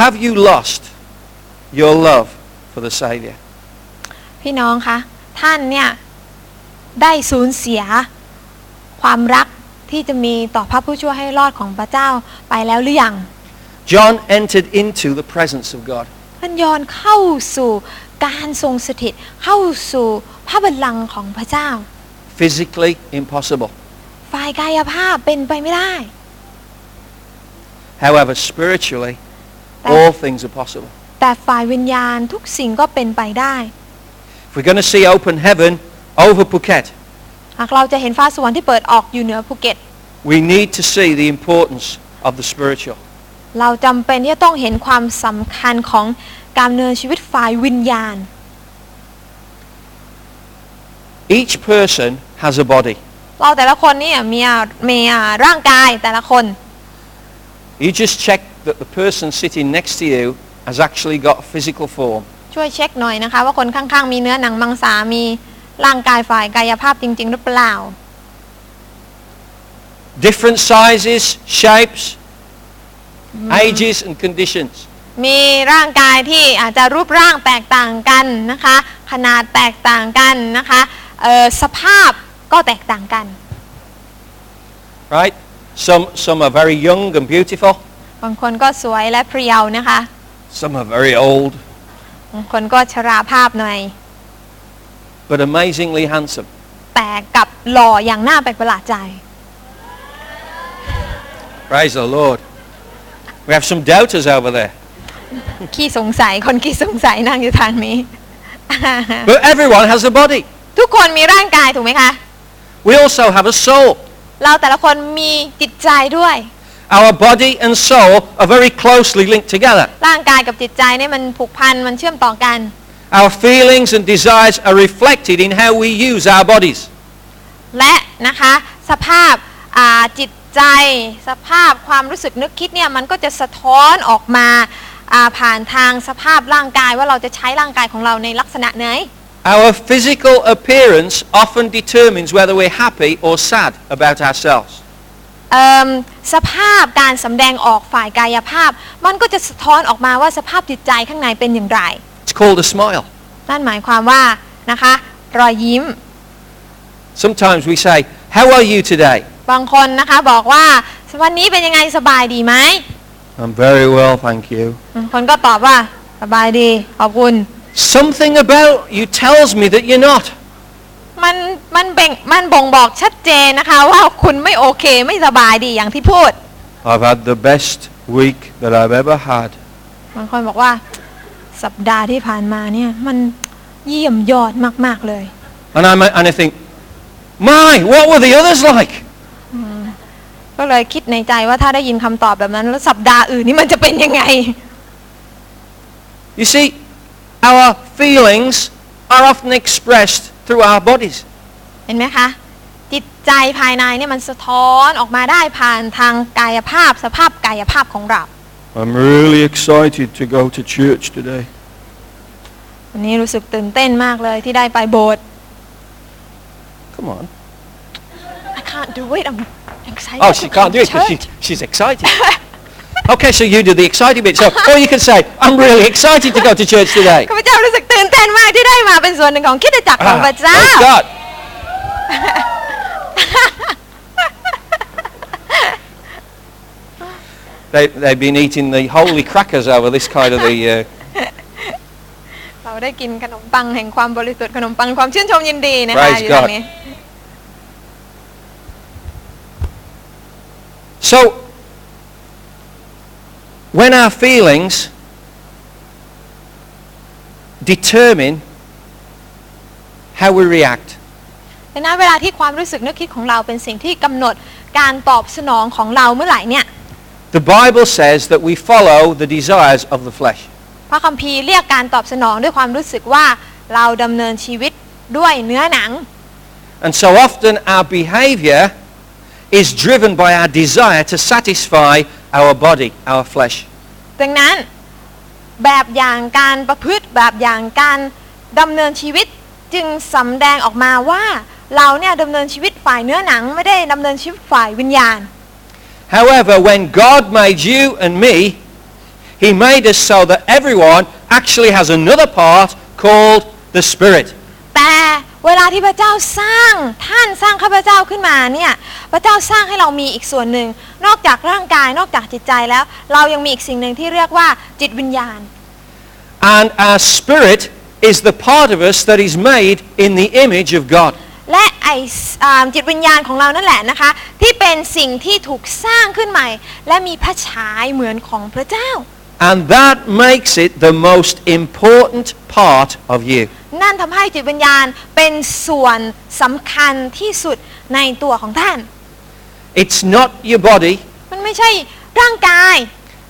Have you lost your love for the Saviour? พี่น้องคะท่านเนี่ยได้สูญเสียความรักที่จะมีต่อพระผู้ช่วยให้รอดของพระเจ้าไปแล้วหรือยัง John entered into the presence of God. ท่านยอนเข้าสู่การทรงสถิตเข้าสู่พระบัลลังก์ของพระเจ้า Physically impossible. ฝ่ายกายภาพเป็นไปไม่ได้ However, spiritually, That- all things are possible. แต่ฝ่ายวิญญาณทุกสิ่งก็เป็นไปได้ If we're going to see open heaven over Phuket, หากเราจะเห็นฟ้าสวรรค์ที่เปิดออกอยู่เหนือภูเก็ต we need to see the importance of the spiritual. เราจำเป็นที่จะต้องเห็นความสำคัญของการดำเนินชีวิตฝ่ายวิญญาณ Each person has a body. เราแต่ละคนเนี่ยมีอ่ะมีอ่ะร่างกายแต่ละคน You just check that the person sitting next to you has actually got a physical form. ช่วยเช็คหน่อยนะคะ ว่าคนข้างๆมีเนื้อหนังมังสามีร่างกายฝ่ายกายภาพจริง ๆ หรือเปล่า Different sizes, shapes, ages and conditions. มีร่างกายที่อาจจะรูปร่างแตกต่างกันนะคะ ขนาดแตกต่างกันนะคะเอ่อสภาพก็แตกต่างกัน Right? Some, some are very young and beautiful. บางคนก็สวยและเพรียวนะคะ Some are very old, บางคนก็ชราภาพหน่อย but amazingly handsome. แต่กลับหล่ออย่างน่าแปลกประหลาดใจ Praise the Lord. We have some doubters over there. ขี้สงสัยคนขี้สงสัยนั่งอยู่ทางนี้ But everyone has a body. ทุกคนมีร่างกายถูกไหมคะ We also have a soul. เราแต่ละคนมีจิตใจด้วย Our body and soul are very closely linked together. ร่างกายกับจิตใจเนี่ยมันผูกพันมันเชื่อมต่อกัน Our feelings and desires are reflected in how we use our bodies. และนะคะ สภาพอ่าจิตใจ สภาพความรู้สึกนึกคิดเนี่ยมันก็จะสะท้อนออกมาอ่าผ่านทางสภาพร่างกายว่าเราจะใช้ร่างกายของเราในลักษณะไหน Our physical appearance often determines whether we're happy or sad about ourselves. เอิ่มสภาพการสำแดงออกฝ่ายกายภาพ มันก็จะสะท้อนออกมาว่าสภาพจิตใจข้างในเป็นอย่างไร It's called a smile. นั่นหมายความว่านะคะ รอยยิ้ม Sometimes we say, How are you today? บางคนนะคะบอกว่าวันนี้เป็นยังไงสบายดีไหม I'm very well, thank you. บางคนก็ตอบว่าสบายดีขอบคุณ Something about you tells me that you're not. มันมันเบ่งมันบ่งบอกชัดเจนนะคะ ว่าคุณไม่โอเคไม่สบายดีอย่างที่พูด I've had the best week that I've ever had. บางคนบอกว่า สัปดาห์ที่ผ่านมาเนี่ยมันเยี่ยมยอดมากๆเลย And, I'm, and I think, my, what were the others like? ก็เลยคิดในใจว่าถ้าได้ยินคำตอบแบบนั้นแล้วสัปดาห์อื่นนี่มันจะเป็นยังไง You see, our feelings are often expressed through our bodies. เห็นไหมคะ จิตใจภายในเนี่ยมันสะท้อนออกมาได้ผ่านทางกายภาพสภาพกายภาพของเรา I'm really excited to go to church today. วันนี้รู้สึกตื่นเต้นมากเลยที่ได้ไปโบสถ์ Come on. I can't do it I'm excited Oh, to she go can't do to it because church. she's, she's excited. okay, so you do the excited bit. So, or you can say, I'm really excited to go to church today. ข้าพเจ้ารู้สึกตื่นเต้นมากที่ได้มาเป็นส่วนหนึ่งของคริดจักรของ Ah, พระเจ้า praise God. they, they've been eating the holy crackers over this kind of the... Uh, เราได้กินขนมปังแห่งความบริสุทธิ์ขนมปังความชื่นชมยินดีนะคะ Praise อยู่ตรงนี้ So, when our feelings determine how we react, ดังนั้นเวลาที่ความรู้สึกนึกคิดของเราเป็นสิ่งที่กำหนดการตอบสนองของเราเมื่อไหร่เนี่ย the Bible says that we follow the desires of the flesh. พระคัมภีร์เรียกการตอบสนองด้วยความรู้สึกว่าเราดำเนินชีวิตด้วยเนื้อหนัง And so often our behavior is driven by our desire to satisfy our body, our flesh. ดังนั้นแบบอย่างการประพฤติแบบอย่างการดำเนินชีวิตจึงสำแดงออกมาว่าเราเนี่ยดำเนินชีวิตฝ่ายเนื้อหนังไม่ได้ดำเนินชีวิตฝ่ายวิญญาณ However, when God made you and me, he made us so that everyone actually has another part called the spirit. แต่เวลาที่พระเจ้าสร้างท่านสร้างข้าพเจ้าขึ้นมาเนี่ยพระเจ้าสร้างให้เรามีอีกส่วนหนึ่ง นอกจากร่างกายนอกจากจิตใจแล้ว เรายังมีอีกสิ่งหนึ่งที่เรียกว่าจิตวิญญาณ And our spirit is the part of us that is made in the image of God. และไอสอ่าจิตวิญญาณของเรานั่นแหละนะคะ ที่เป็นสิ่งที่ถูกสร้างขึ้นใหม่ และมีพระฉายเหมือนของพระเจ้า And that makes it the most important part of you. นั่นทำให้จิตวิญญาณเป็นส่วนสำคัญที่สุดในตัวของท่าน It's not your body, มันไม่ใช่ร่างกาย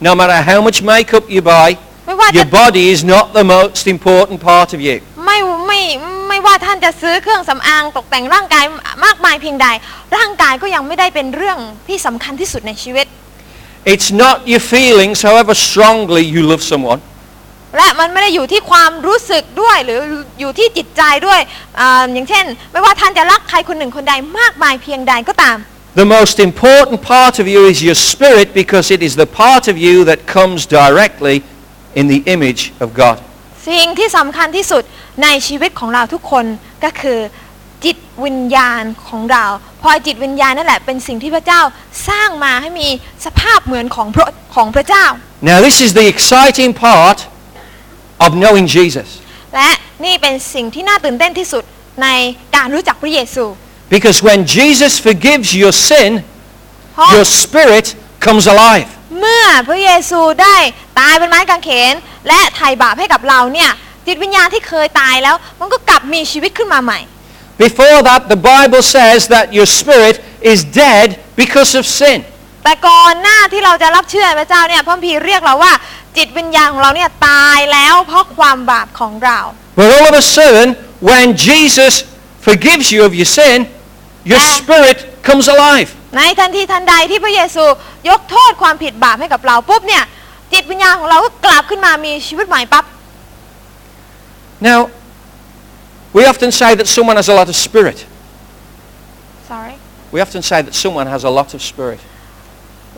no matter how much makeup you buy, ไม่ว่าจะ your body is not the most important part of you. ไม่ไม่ไม่ว่าท่านจะซื้อเครื่องสำอางตกแต่งร่างกายมากมายเพียงใด ร่างกายก็ยังไม่ได้เป็นเรื่องที่สำคัญที่สุดในชีวิต It's not your feelings, however strongly you love someone. และมันไม่ได้อยู่ที่ความรู้สึกด้วยหรืออยู่ที่จิตใจด้วยอาอย่างเช่น ไม่ว่าท่านจะรักใครคนหนึ่งคนใดมากมายเพียงใดก็ตาม The most important part of you is your spirit because it is the part of you that comes directly in the image of God. สิ่งที่สำคัญที่สุดในชีวิตของเราทุกคนก็คือจิตวิญญาณของเราเพอจิตวิญญาณนั่นแหละเป็นสิ่งที่พระเจ้าสร้างมาให้มีสภาพเหมือนของพระของพระเจ้า Now this is the exciting part of knowing Jesus. และนี่เป็นสิ่งที่น่าตื่นเต้นที่สุดในการรู้จักพระเยซู Because when Jesus forgives your sin, เพราะ your spirit comes alive. เมื่อพระเยซูได้ตายเป็นไม้กางเขน และไถ่บาปให้กับเราเนี่ยจิตวิญญาณที่เคยตายแล้ว มันก็กลับมีชีวิตขึ้นมาใหม่ Before that, the Bible says that your spirit is dead because of sin. แต่ก่อนหน้าที่เราจะรับเชื่อพระเจ้าเนี่ยพระคัมพีร์เรียกเราว่า จิตวิญญาณของเราเนี่ยตายแล้วเพราะความบาปของเรา But all of a sudden, when Jesus forgives you of your sin, your Ah. spirit comes alive. ในทันทีทันใดที่พระเยซูยกโทษความผิดบาปให้กับเราปุ๊บเนี่ยจิตวิญญาณของเราก็กลับขึ้นมามีชีวิตใหม่ปั๊บ Now, we often say that someone has a lot of spirit. sorry We often say that someone has a lot of spirit.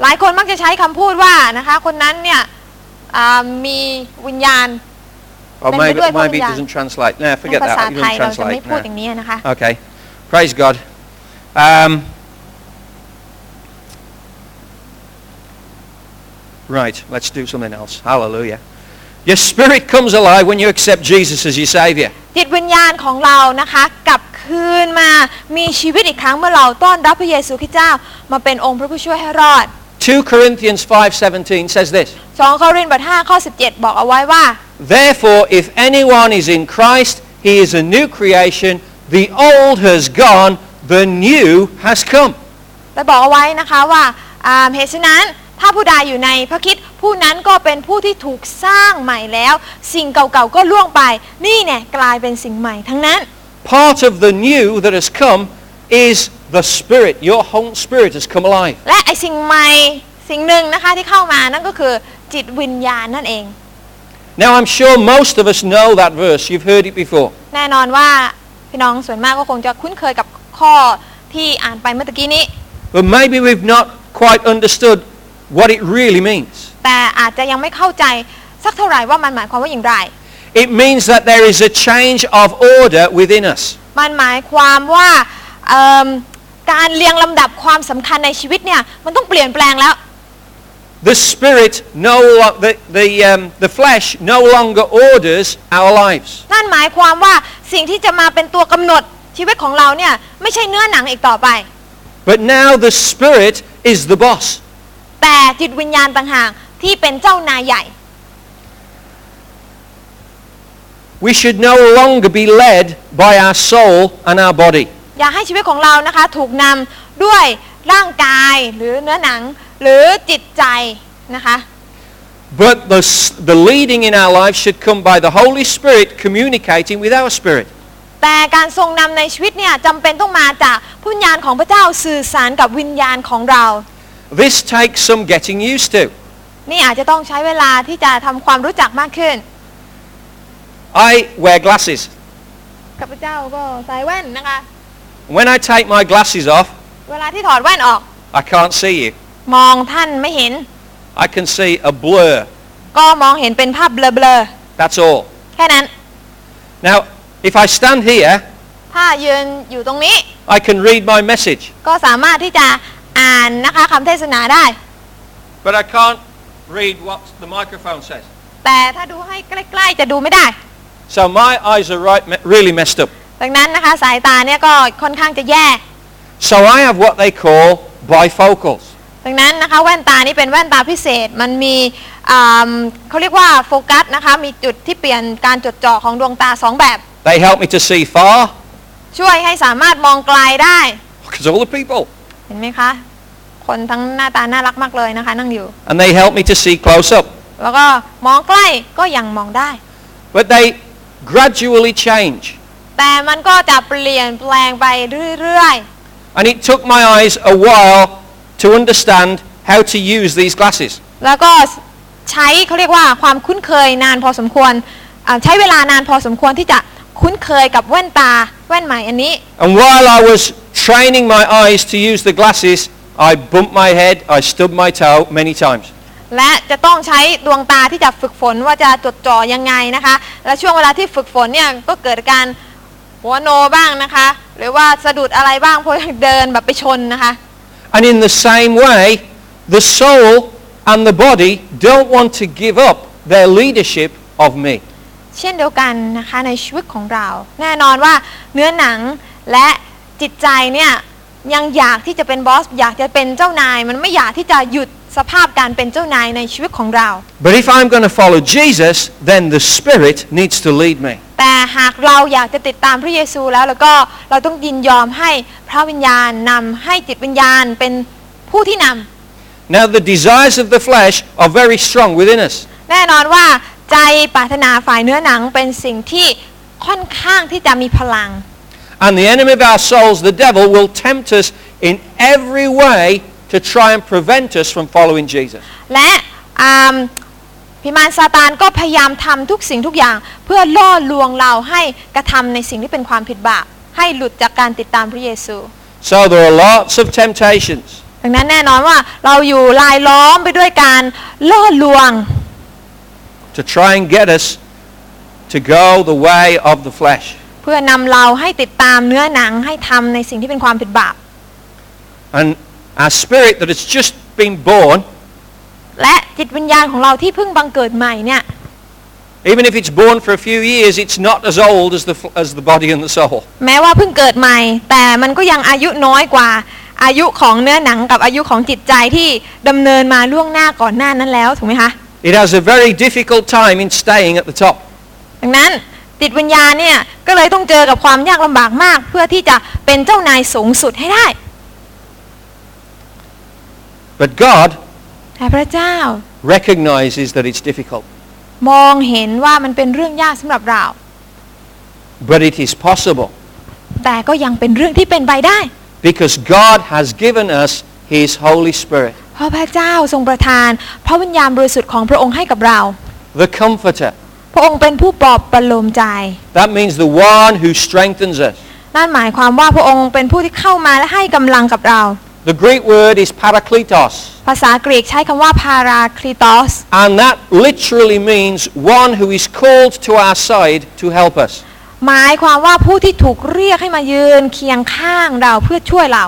หลายคนมักจะใช้คำพูดว่านะคะ คนนั้นเนี่ยอ่ามีวิญญาณ Or Then maybe, we do it from maybe it the- doesn't translate. No, ใน forget ภา that. ษา It ไทย doesn't เราจะไม่ translate. พูด no. อย่างนี้นะคะ Okay. Praise God. Um, right, let's do something else. Hallelujah. Your spirit comes alive when you accept Jesus as your Saviour. จิตวิญญาณของเรานะคะกลับคืนมามีชีวิตอีกครั้งเมื่อเราต้อนรับพระเยซูคริสต์เจ้ามาเป็นองค์พระผู้ช่วยให้รอด 2 Corinthians 5:17 says this. 2 โครินธ์บท5ข้อ 17 บอกเอาไว้ว่า Therefore, if anyone is in Christ, he is a new creation. The old has gone, the new has come. ได้บอกเอาไว้นะคะว่าอ่าเหตุฉะนั้นถ้าผู้ใดอยู่ในพระคริดผู้นั้นก็เป็นผู้ที่ถูกสร้างใหม่แล้ว สิ่งเก่าๆก็ล่วงไป นี่เนี่ยกลายเป็นสิ่งใหม่ทั้งนั้น Part of the new that has come is the Spirit. Your whole spirit has come alive. และไอสิ่งใหม่สิ่งหนึ่งนะคะที่เข้ามานั่นก็คือจิตวิญญาณนั่นเอง Now, I'm sure most of us know that verse. You've heard it before. แน่นอนว่าพี่น้องส่วนมากก็คงจะคุ้นเคยกับข้อที่อ่านไปเมื่อตะกี้นี้ But maybe we've not quite understood what it really means. แต่อาจจะยังไม่เข้าใจสักเท่าไหร่ว่ามันหมายความว่าอย่างไร It means that there is a change of order within us. มันหมายความว่าเอิ่มการเรียงลำดับความสำคัญในชีวิตเนี่ยมันต้องเปลี่ยนแปลงแล้ว The spirit no lo- the, the, um, the flesh no longer orders our lives. นั่นหมายความว่าสิ่งที่จะมาเป็นตัวกำหนดชีวิตของเราเนี่ยไม่ใช่เนื้อหนังอีกต่อไป But now the Spirit is the boss. แต่จิตวิญญาณต่างหากที่เป็นเจ้านายใหญ่ We should no longer be led by our soul and our body. อย่าให้ชีวิตของเรานะคะถูกนำด้วยร่างกายหรือเนื้อหนังหรือจิตใจนะคะ But the, s- the leading in our life should come by the Holy Spirit communicating with our spirit. แต่การทรงนำในชีวิตเนี่ยจำเป็นต้องมาจากพุญญาณของพระเจ้าสื่อสารกับวิญญาณของเรา This takes some getting used to. นี่อาจจะต้องใช้เวลาที่จะทำความรู้จักมากขึ้น I wear glasses. ข้าพเจ้าก็ใส่แว่นนะคะ When I take my glasses off, เวลาที่ถอดแว่นออก I can't see you. มองท่านไม่เห็น I can see a blur. ก็มองเห็นเป็นภาพเบลอ That's all. ๆ แค่นั้น Now, if I stand here, ถ้ายืนอยู่ตรงนี้ I can read my message, ก็สามารถที่จะอ่านนะคะคำเทศนาได้ but I can't read what the microphone says. แต่ถ้าดูให้ใกล้ๆจะดูไม่ได้ So my eyes are right, me- really messed up. ดังนั้นนะคะสายตาเนี่ยก็ค่อนข้างจะแย่ So I have what they call bifocals. ดังนั้นนะคะแว่นตานี่เป็นแว่นตาพิเศษ มันมีอ่ำเขาเรียกว่าโฟกัสนะคะ มีจุดที่เปลี่ยนการจดจ่อของดวงตาสองแบบ They help me to see far, ช่วยให้สามารถมองไกลได้ because all the people, เห็นไหมคะ คนทั้งหน้าตาน่ารักมากเลยนะคะ นั่งอยู่ and they help me to see close up. แล้วก็มองใกล้ก็ยังมองได้ But they gradually change. แต่มันก็จะเปลี่ยนแปลงไปเรื่อย And it took my eyes a while to understand how to use these glasses. ๆ แล้วก็ใช้เขาเรียกว่าความคุ้นเคยนานพอสมควรอ่าใช้เวลานานพอสมควรที่จะคุ้นเคยกับแว่นตาแว่นใหม่อันนี้ And while I was training my eyes to use the glasses, I bumped my head, I stubbed my toe many times. และจะต้องใช้ดวงตาที่จะฝึกฝนว่าจะจดจ่อยังไงนะคะ และช่วงเวลาที่ฝึกฝนเนี่ยก็เกิดการหัวโนบ้างนะคะ หรือว่าสะดุดอะไรบ้างเพราะเดินแบบไปชนนะคะ And in the same way, the soul and the body don't want to give up their leadership of me. เช่นเดียวกันนะคะในชีวิตของเรา แน่นอนว่าเนื้อหนังและจิตใจเนี่ยยังอยากที่จะเป็นบอสอยากจะเป็นเจ้านาย มันไม่อยากที่จะหยุดสภาพการเป็นเจ้านายในชีวิตของเรา But if I'm going to follow Jesus, then the Spirit needs to lead me. แต่หากเราอยากจะติดตามพระเยซูแล้วแล้วก็เราต้องยินยอมให้พระวิญญาณนำให้จิตวิญญาณเป็นผู้ที่น Now the desires of the flesh are very strong within us. ำแน่นอนว่าใจปรารถนาฝ่ายเนื้อหนังเป็นสิ่งที่ค่อนข้างที่จะมีพลัง And the enemy of our souls, the devil, will tempt us in every way to try and prevent us from following Jesus. และอ่าพิมานซาตานก็พยายามทำทุกสิ่งทุกอย่าง เพื่อล่อลวงเราให้กระทำในสิ่งที่เป็นความผิดบาปให้หลุดจากการติดตามพระเยซู So there are lots of temptations. ดังนั้นแน่นอนว่าเราอยู่ลายล้อมไปด้วยการล่อลวง to try and get us to go the way of the flesh. เพื่อนำเราให้ติดตามเนื้อหนังให้ทำในสิ่งที่เป็นความผิดบาป And our spirit that has just been born, และจิตวิญญาณของเราที่เพิ่งบังเกิดใหม่เนี่ย even if it's born for a few years, it's not as old as the, f- as the body and the soul. แม้ว่าเพิ่งเกิดใหม่ แต่มันก็ยังอายุน้อยกว่า อายุของเนื้อหนังกับอายุของจิตใจที่ดำเนินมาล่วงหน้าก่อนหน้านั้นแล้วถูกไหมคะ It has a very difficult time in staying at the top. ดังนั้นจิตวิญญาณเนี่ยก็เลยต้องเจอกับความยากลำบากมาก เพื่อที่จะเป็นเจ้านายสูงสุดให้ได้ But God แต่พระเจ้า recognizes that it's difficult. มองเห็นว่ามันเป็นเรื่องยากสำหรับเรา But it is possible แต่ก็ยังเป็นเรื่องที่เป็นไปได้ because God has given us His Holy Spirit, เพราะพระเจ้าทรงประทาน พระวิญญาณบริสุทธิ์ของพระองค์ให้กับเรา the Comforter. พระองค์เป็นผู้ปลอบประโลมใจ That means the one who strengthens us. นั่นหมายความว่าพระองค์เป็นผู้ที่เข้ามาและให้กำลังกับเรา The Greek word is parakletos, ภาษากรีกใช้คำว่าพาราคริตอส and that literally means one who is called to our side to help us. หมายความว่าผู้ที่ถูกเรียกให้มายืนเคียงข้างเราเพื่อช่วยเรา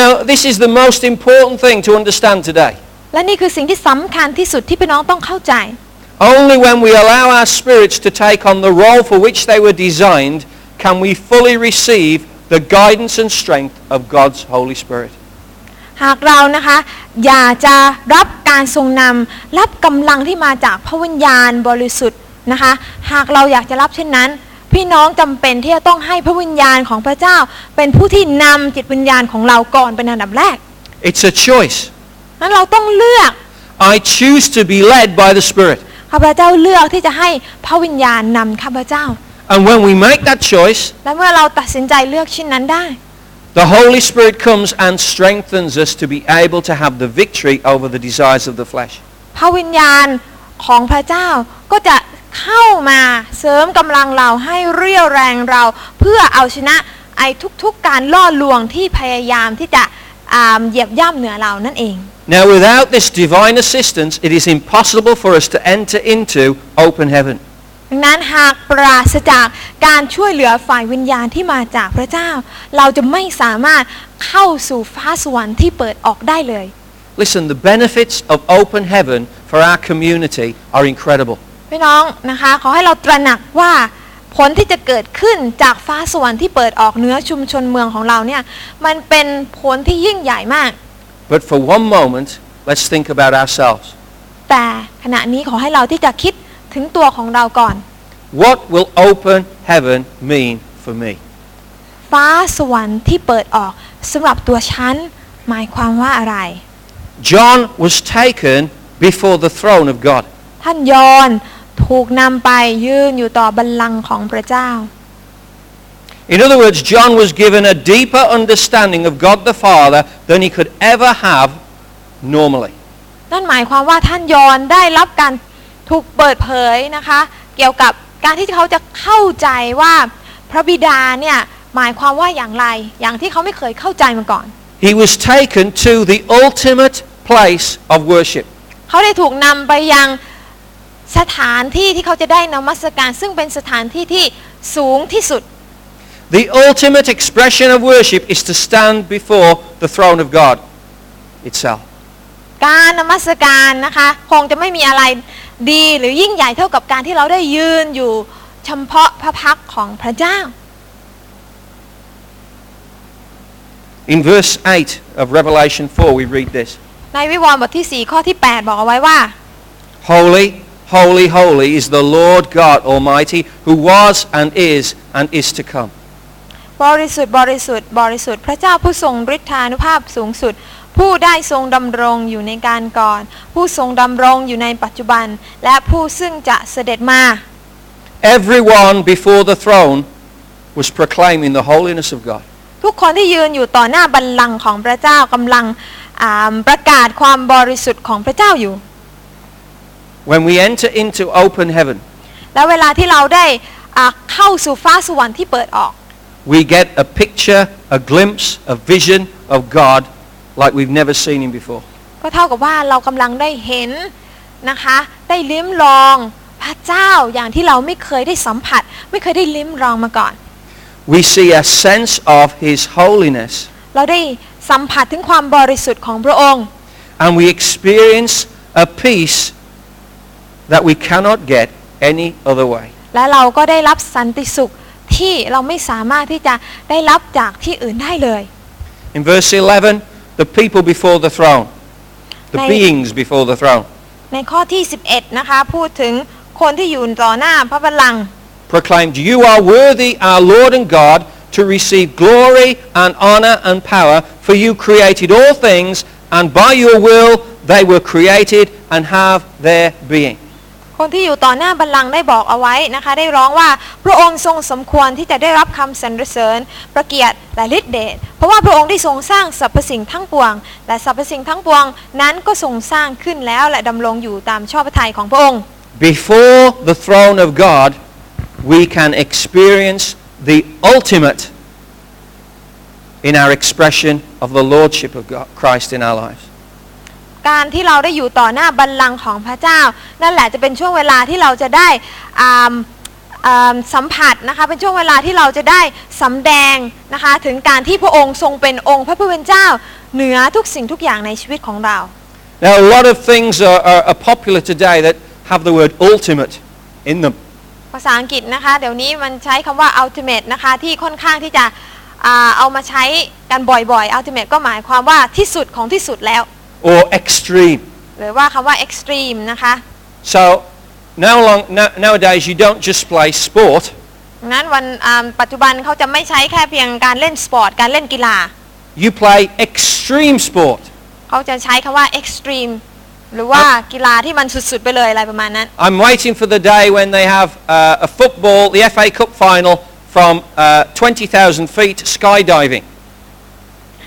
Now, this is the most important thing to understand today. และนี่คือสิ่งที่สำคัญที่สุดที่พี่น้องต้องเข้าใจ Only when we allow our spirits to take on the role for which they were designed can we fully receive the guidance and strength of God's Holy Spirit. หากเรานะคะ อยากจะรับการทรงนำรับกำลังที่มาจากพระวิญญาณบริสุทธิ์นะคะ หากเราอยากจะรับเช่นนั้น พี่น้องจำเป็นที่จะต้องให้พระวิญญาณของพระเจ้า เป็นผู้ที่นำจิตวิญญาณของเราก่อนเป็นอันดับแรก It's a choice. นั้นเราต้องเลือก I choose to be led by the Spirit. ข้าพเจ้าเลือกที่จะให้พระวิญญาณนำข้าพเจ้า And when we make that choice, และเมื่อเราตัดสินใจเลือกเช่นนั้นได้ the Holy Spirit comes and strengthens us to be able to have the victory over the desires of the flesh. พระวิญญาณของพระเจ้าก็จะเข้ามาเสริมกำลังเราให้เรี่ยวแรงเรา เพื่อเอาชนะไอ้ทุกๆการล่อลวงที่พยายามที่จะอ่าเหยียบย่ำเหนือเรานั่นเอง Now, without this divine assistance, it is impossible for us to enter into open heaven. ดังนั้นหากปราศจากการช่วยเหลือฝ่ายวิญญาณที่มาจากพระเจ้า เราจะไม่สามารถเข้าสู่ฟ้าสวรรค์ที่เปิดออกได้เลย Listen, the benefits of open heaven for our community are incredible. พี่น้องนะคะ ขอให้เราตระหนักว่าผลที่จะเกิดขึ้นจากฟ้าสวรรค์ที่เปิดออกเหนื้อชุมชนเมืองของเราเนี่ยมันเป็นผลที่ยิ่งใหญ่มาก But for one moment, let's think about ourselves. แต่ขณะนี้ขอให้เราที่จะคิดถึงตัวของเราก่อน What will open heaven mean for me? ฟ้าสวรรค์ที่เปิดออกสำหรับตัวฉันหมายความว่าอะไร John was taken before the throne of God. ท่านยอห์นถูกนำไปยืนอยู่ต่อบัลลังก์ของพระเจ้า In other words, John was given a deeper understanding of God the Father than he could ever have normally. นั่นหมายความว่าท่านยอนได้รับการถูกเปิดเผยนะคะ เกี่ยวกับการที่เขาจะเข้าใจว่าพระบิดาเนี่ยหมายความว่าอย่างไร อย่างที่เขาไม่เคยเข้าใจมาก่อน He was taken to the ultimate place of worship. เขาได้ถูกนำไปยังสถานที่ที่เขาจะได้นมัสการ ซึ่งเป็นสถานที่ที่สูงที่สุด The ultimate expression of worship is to stand before the throne of God itself. การนมัสการนะคะ คงจะไม่มีอะไรดีหรือยิ่งใหญ่เท่ากับการที่เราได้ยืนอยู่เฉพาะพระพักตร์ของพระเจ้า In verse 8 of Revelation 4, we read this ในวิวรณ์บทที่ 4 ข้อที่ 8 บอกเอาไว้ว่า Holy, holy, holy is the Lord God Almighty, who was and is and is to come. บริสุทธิ์บริสุทธิ์บริสุทธิ์พระเจ้าผู้ทรงฤทธานุภาพสูงสุด ผู้ได้ทรงดำรงอยู่ในการก่อน ผู้ทรงดำรงอยู่ในปัจจุบัน และผู้ซึ่งจะเสด็จมา Everyone before the throne was proclaiming the holiness of God. ทุกคนที่ยืนอยู่ต่อหน้าบัลลังก์ของพระเจ้ากำลังอ่าประกาศความบริสุทธิ์ของพระเจ้าอยู่ When we enter into open heaven, และเวลาที่เราได้อ่าเข้าสู่ฟ้าสวรรค์ที่เปิดออก we get a picture, a glimpse, a vision of God like we've never seen him before. ก็เท่ากับว่าเรากำลังได้เห็นนะคะ ได้ลิ้มลองพระเจ้าอย่างที่เราไม่เคยได้สัมผัส ไม่เคยได้ลิ้มลองมาก่อน We see a sense of his holiness เราได้สัมผัสถึงความบริสุทธิ์ของพระองค์ and we experience a peace that we cannot get any other way. และเราก็ได้รับสันติสุขที่เราไม่สามารถที่จะได้รับจากที่อื่นได้เลย In in verse 11, the people before the throne, the Right. beings before the throne, ในข้อที่ 11 นะคะ พูดถึงคนที่อยู่ต่อหน้าพระบัลลังก์ proclaimed, You are worthy, our Lord and God, to receive glory and honor and power, for you created all things, and by your will they were created and have their being. คนที่อยู่ต่อหน้าบัลลังก์ได้บอกเอาไว้นะคะ ได้ร้องว่าพระองค์ทรงสมควรที่จะได้รับคำสรรเสริญประเกียรติและฤทธิเดชเพราะว่าพระองค์ได้ทรงสร้างสรรพสิ่งทั้งปวง และสรรพสิ่งทั้งปวงนั้นก็ทรงสร้างขึ้นแล้วและดำรงอยู่ตามชอบพระทัยของพระองค์ Before the throne of God, we can experience the ultimate in our expression of the Lordship of God, Christ in our lives. การที่เราได้อยู่ต่อหน้าบัลลังก์ของพระเจ้า นั่นแหละจะเป็นช่วงเวลาที่เราจะได้อ่าอ่าสัมผัสนะคะเป็นช่วงเวลาที่เราจะได้สำแดงนะคะถึงการที่พระองค์ทรงเป็นองค์พระผู้เป็นเจ้า เหนือทุกสิ่งทุกอย่างในชีวิตของเรา Now, a lot of things are, are, are popular today that have the word ultimate in them. ภาษาอังกฤษนะคะ เดี๋ยวนี้มันใช้คำว่า ultimate นะคะที่ค่อนข้างที่จะอ่าเอามาใช้กันบ่อยๆ ultimate ก็หมายความว่าที่สุดของที่สุดแล้ว or extreme. หรือว่าคำว่า extreme นะคะ So now long, no, nowadays you don't just play sport, งั้นวันอ่าปัจจุบันเขาจะไม่ใช้แค่เพียงการเล่นสปอร์ต การเล่นกีฬา you play extreme sport. เขาจะใช้คำว่า extreme หรือว่ากีฬาที่มันสุดๆไปเลยอะไรประมาณนั้น I'm waiting for the day when they have uh, a football, the FA Cup final from uh, 20,000 feet skydiving.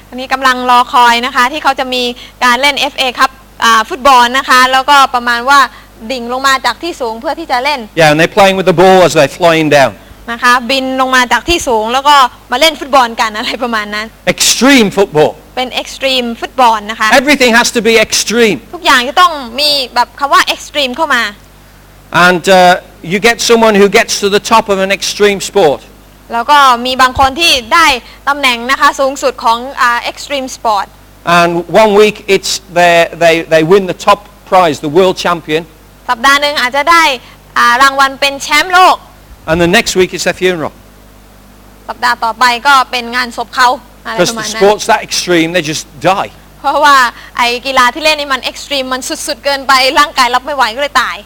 อันนี้กำลังรอคอยนะคะ ที่เขาจะมีการเล่น FA ครับอ่าฟุตบอลนะคะ แล้วก็ประมาณว่าดิ่งลงมาจากที่สูงเพื่อที่จะเล่น Yeah, and they're playing with the ball as they're flying down. นะคะบินลงมาจากที่สูงแล้วก็มาเล่นฟุตบอลกันอะไรประมาณนั้น Extreme football. เป็นเอ็กซ์ตรีมฟุตบอลนะคะ Everything has to be extreme. ทุกอย่างจะต้องมีแบบคำว่าเอ็กซ์ตรีมเข้ามา And uh, you get someone who gets to the top of an extreme sport. แล้วก็มีบางคนที่ได้ตำแหน่งนะคะสูงสุดของเอ็กซ์ตรีมสปอร์ต And one week it's their, they, they win the top prize, the world champion. สัปดาห์หนึ่งอาจจะได้อ่ารางวัลเป็นแชมป์โลก And the next week it's their funeral. สัปดาห์ต่อไปก็เป็นงานศพเขาอะไร Because ประ the มาณนั้น sport's that extreme, they just die. เพราะว่าไอ้กีฬาที่เล่นนี่มันเอ็กซ์ตรีมมันสุดๆเกินไปร่างกายรับไม่ไหวก็เลยตาย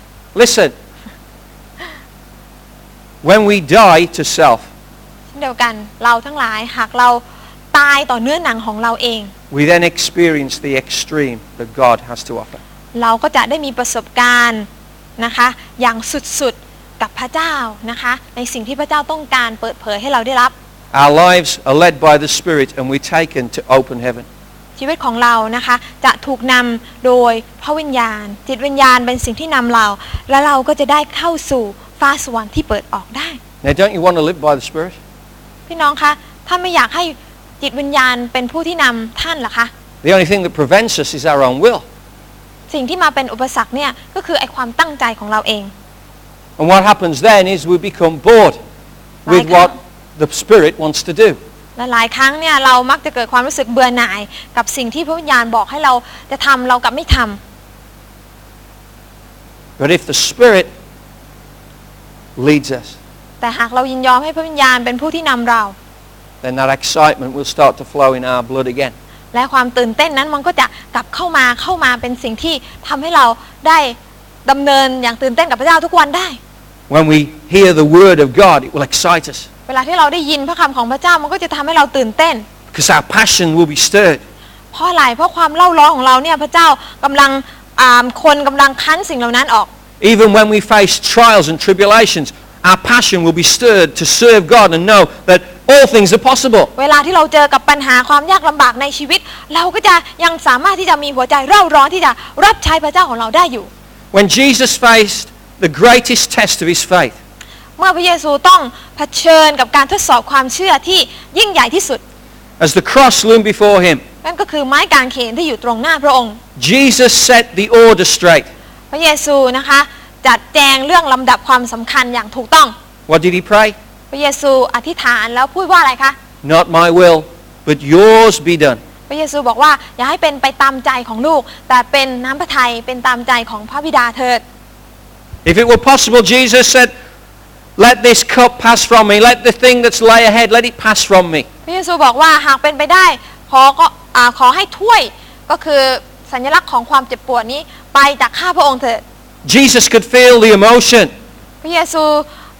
Listen, when we die to self, เช่นเดียวกันเราทั้งหลายหากเราตายต่อเนื้อหนังของเราเอง we then experience the extreme that God has to offer. เราก็จะได้มีประสบการณ์นะคะ อย่างสุดๆกับพระเจ้านะคะ ในสิ่งที่พระเจ้าต้องการเปิดเผยให้เราได้รับ Our lives are led by the Spirit and we're taken to open heaven. ชีวิตของเรานะคะ จะถูกนำโดยพระวิญญาณ จิตวิญญาณเป็นสิ่งที่นำเรา และเราก็จะได้เข้าสู่ฟ้าสวรรค์ที่เปิดออกได้ Now, don't you want to live by the Spirit? พี่น้องคะถ้าไม่อยากให้จิตวิญญาณเป็นผู้ที่นำท่านเหรอคะ The only thing that prevents us is our own will. สิ่งที่มาเป็นอุปสรรคเนี่ยก็คือไอความตั้งใจของเราเอง And what happens then is we become bored with Like what how- the Spirit wants to do. และหลายครั้งเนี่ยเรามักจะเกิดความรู้สึกเบื่อหน่าย กับสิ่งที่พระวิญญาณบอกให้เราจะทำเรากลับไม่ทำ But if the Spirit leads us, แต่หากเรายินยอมให้พระวิญญาณเป็นผู้ที่นำเรา then that excitement will start to flow in our blood again. และความตื่นเต้นนั้นมันก็จะกลับเข้ามาเข้ามาเป็นสิ่งที่ทำให้เราได้ดำเนินอย่างตื่นเต้นกับพระเจ้าทุกวันได้ When we hear the word of God, it will excite us เวลาที่เราได้ยินพระคำของพระเจ้ามันก็จะทำให้เราตื่นเต้น because our passion will be stirred. เพราะอะไรเพราะความเล่าร้อนของเราเนี่ยพระเจ้ากำลังอ่าคนกำลังคั้นสิ่งเหล่านั้นออก Even when we face trials and tribulations, our passion will be stirred to serve God and know that all things are possible. เวลาที่เราเจอกับปัญหาความยากลำบากในชีวิต เราก็จะยังสามารถที่จะมีหัวใจเร่าร้อนที่จะรับใช้พระเจ้าของเราได้อยู่ When Jesus faced the greatest test of his faith, เมื่อพระเยซูต้องเผชิญกับการทดสอบความเชื่อที่ยิ่งใหญ่ที่สุด as the cross loomed before him, นั่นก็คือไม้กางเขนที่อยู่ตรงหน้าพระองค์ Jesus set the order straight. พระเยซูนะคะ จัดแจงเรื่องลำดับความสำคัญอย่างถูกต้อง What did he pray? พระเยซูอธิษฐานแล้วพูดว่าอะไรคะ Not my will, but yours be done. พระเยซูบอกว่าอย่าให้เป็นไปตามใจของลูก แต่เป็นน้ำพระทัยเป็นตามใจของพระบิดาเถิด If it were possible, Jesus said, let this cup pass from me. Let the thing that's lay ahead, let it pass from me. พระเยซูบอกว่าหากเป็นไปได้ ขอก็อ่าขอให้ถ้วยก็คือสัญลักษณ์ของความเจ็บปวดนี้ไปจากข้าพระองค์เถิด Jesus could feel the emotion. พระเยซู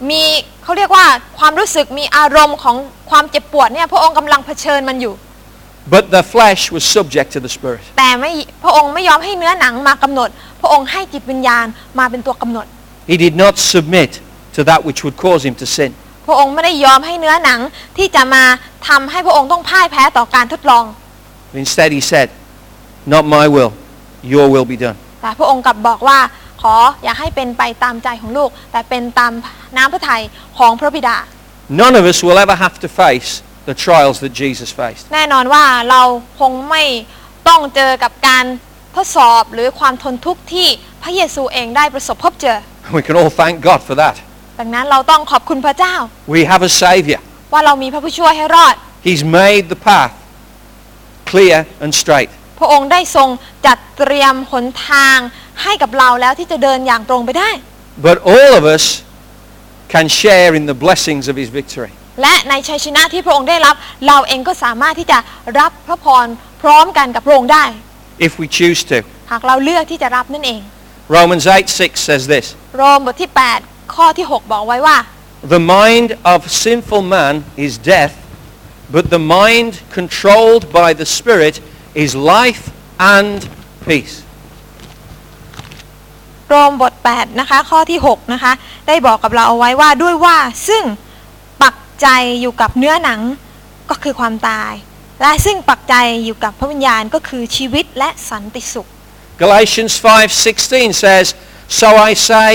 มีเขาเรียกว่าความรู้สึกมีอารมณ์ของความเจ็บปวดเนี่ยพระองค์กำลังเผชิญมันอยู่ But the flesh was subject to the spirit. แต่ไม่พระองค์ไม่ยอมให้เนื้อหนังมากำหนด พระองค์ให้จิตวิญญาณมาเป็นตัวกำหนด He did not submit to that which would cause him to sin. พระองค์ไม่ได้ยอมให้เนื้อหนังที่จะมาทำให้พระองค์ต้องพ่ายแพ้ต่อการทดลอง But instead he said, Not my will, your will be done. แต่พระองค์กลับบอกว่าขออย่าให้เป็นไปตามใจของลูก แต่เป็นตามน้ำพระทัยของพระบิดา None of us will ever have to face the trials that Jesus faced. แน่นอนว่าเราคงไม่ต้องเจอกับการทดสอบหรือความทนทุกข์ที่พระเยซูเองได้ประสบพบเจอ We can all thank God for that. ดังนั้นเราต้องขอบคุณพระเจ้า We have a Saviour. ว่าเรามีพระผู้ช่วยให้รอด He's made the path clear and straight. พระองค์ได้ทรงจัดเตรียมหนทางให้กับเราแล้วที่จะเดินอย่างตรงไปได้ But all of us can share in the blessings of his victory. และในชัยชนะที่พระองค์ได้รับ เราเองก็สามารถที่จะรับพระพรพร้อมกันกับพระองค์ได้ if we choose to. หากเราเลือกที่จะรับนั่นเอง Romans 8 6 says this โรมบทที่ 8 ข้อที่ 6 บอกไว้ว่า The mind of sinful man is death, but the mind controlled by the Spirit is life and peace. โรมบท8นะคะข้อที่6นะคะได้บอกกับเราเอาไว้ว่าด้วยว่าซึ่งปักใจอยู่กับเนื้อหนังก็คือความตาย และซึ่งปักใจอยู่กับพระวิญญาณก็คือชีวิตและสันติสุข Galatians 5 16 says, So I say,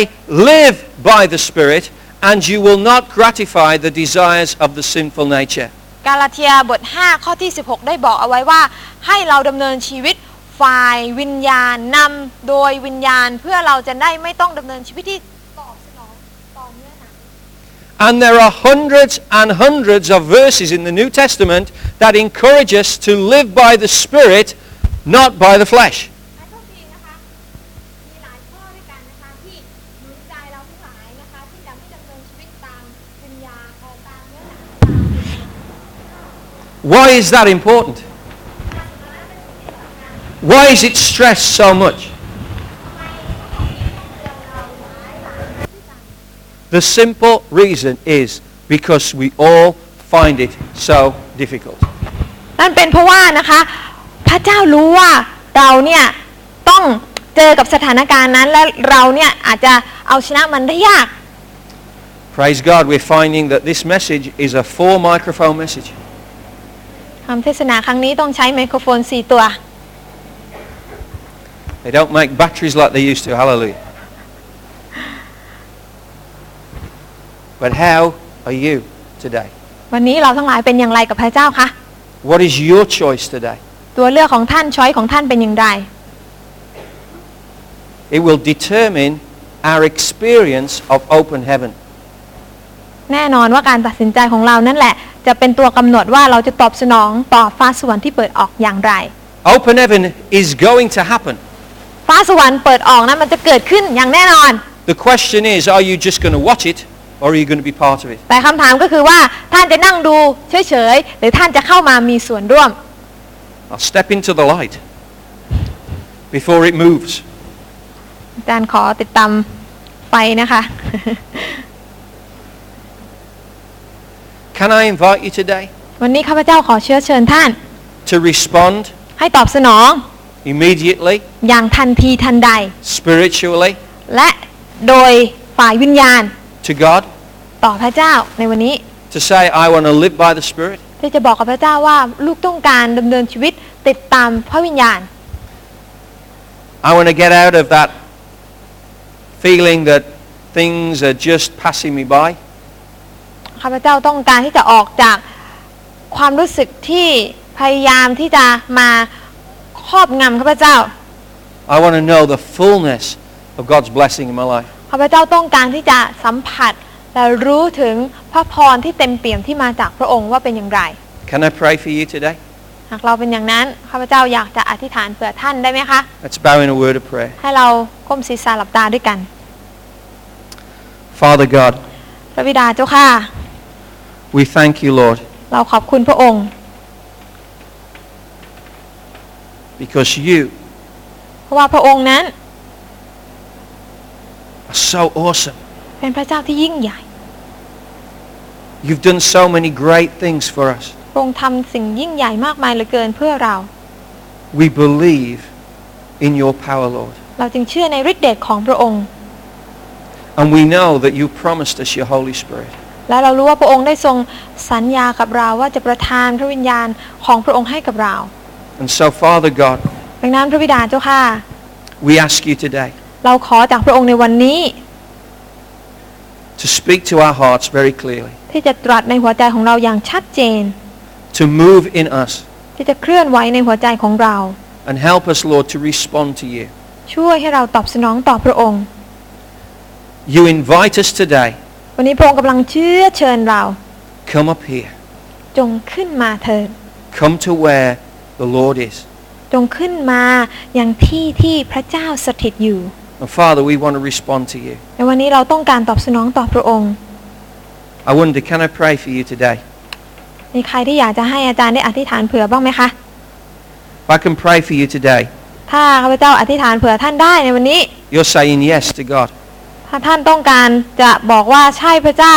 live by the Spirit, and you will not gratify the desires of the sinful nature. กาลาเทียบท 5 ข้อที่ 16 ได้บอกเอาไว้ว่า ให้เราดำเนินชีวิตฝ่ายวิญญาณนำโดยวิญญาณเพื่อเราจะได้ไม่ต้องดำเนินชีวิตที่ตอบสนองต่อเนื้อหนัง And there are hundreds and hundreds of verses in the New Testament that encourage us to live by the Spirit, not by the flesh. และโทุกทีนะคะมีหลายข้อด้วยกันนะคะที่หนุนใจเราทั้งหลายนะคะที่จะไม่ดำเนินชีวิตตามวิญญาณเอ่อตามเนื้อหนัง Why is that important? Why is it stressed so much? The simple reason is because we all find it so difficult. นั่นเป็นเพราะว่านะคะ พระเจ้ารู้ว่าเราเนี่ยต้องเจอกับสถานการณ์นั้น และเราเนี่ยอาจจะเอาชนะมันได้ยาก Praise God, we're finding that this message is a four microphone message. คำเทศนาครั้งนี้ต้องใช้ไมโครโฟน 4 ตัว They don't make batteries like they used to, hallelujah. But how are you today? วันนี้เราทั้งหลายเป็นอย่างไรกับพระเจ้าคะ What is your choice today? ตัวเลือกของท่านช้อยของท่านเป็นอย่างไร It will determine our experience of open heaven. แน่นอนว่าการตัดสินใจของเรานั่นแหละ จะเป็นตัวกำหนดว่าเราจะตอบสนองต่อฟ้าสวรรค์ที่เปิดออกอย่างไร Open heaven is going to happen. ฟ้าสวรรค์เปิดออกนั้นมันจะเกิดขึ้นอย่างแน่นอน The question is, are you just going to watch it or are you going to be part of it? แต่คำถามก็คือว่าท่านจะนั่งดูเฉยๆหรือท่านจะเข้ามามีส่วนร่วม I'll step into the light before it moves. อาจารย์ขอติดตามไปนะคะ Can I invite you today วันนี้ข้าพเจ้าขอเชื้อเชิญท่าน to respond ให้ตอบสนอง immediately, อย่างทันทีทันใด spiritually, และโดยฝ่ายวิญญาณ to God? ต่อพระเจ้าในวันนี้ To say, I want to live by the Spirit? ที่จะบอกกับพระเจ้าว่าลูกต้องการดำเนินชีวิตติดตามพระวิญญาณ I want to get out of that feeling that things are just passing me by. ข้าพเจ้าต้องการที่จะออกจากความรู้สึกที่พยายามที่จะมาครอบงำข้าพเจ้า I want to know the fullness of God's blessing in my life. ข้าพเจ้าต้องการที่จะสัมผัสและรู้ถึงพระพรที่เต็มเปี่ยมที่มาจากพระองค์ว่าเป็นอย่างไร Can I pray for you today? หากเราเป็นอย่างนั้นข้าพเจ้าอยากจะอธิษฐานเผื่อท่านได้ไหมคะ Let's bow in a word of prayer. ให้เราก้มศีรษะหลับตาด้วยกัน Father God, พระบิดาเจ้าค่ะ we thank you, Lord, เราขอบคุณพระองค์ because you เพราะว่าพระองค์นั้น are so awesome. เป็นพระเจ้าที่ยิ่งใหญ่ You've done so many great things for us. พระองค์ทำสิ่งยิ่งใหญ่มากมายเหลือเกินเพื่อเรา We believe in your power, Lord. เราจึงเชื่อในฤทธิ์เดชของพระองค์ And we know that you promised us your Holy Spirit. และเรารู้ว่าพระองค์ได้ทรงสัญญากับเราว่าจะประทานพระวิญญาณของพระองค์ให้กับเรา And so, Father God, ดังนั้นพระบิดาเจ้าค่ะ we ask you today เราขอจากพระองค์ในวันนี้ to speak to our hearts very clearly, ที่จะตรัสในหัวใจของเราอย่างชัดเจน to move in us, ที่จะเคลื่อนไหวในหัวใจของเรา and help us, Lord, to respond to you. ช่วยให้เราตอบสนองต่อพระองค์ You invite us today, วันนี้พระองค์กำลังเชื่อเชิญเรา come up here, จงขึ้นมาเถิด come to where the Lord is. จงขึ้นมาอย่างที่ที่พระเจ้าสถิตอยู่ And Father, we want to respond to you. ในวันนี้เราต้องการตอบสนองต่อพระองค์ I wonder, can I pray for you today? มีใครที่อยากจะให้อาจารย์ได้อธิษฐานเผื่อบ้างไหมคะ If I can pray for you today, ถ้าข้าพเจ้าอธิษฐานเผื่อท่านได้ในวันนี้ you're saying yes to God. ถ้าท่านต้องการจะบอกว่าใช่พระเจ้า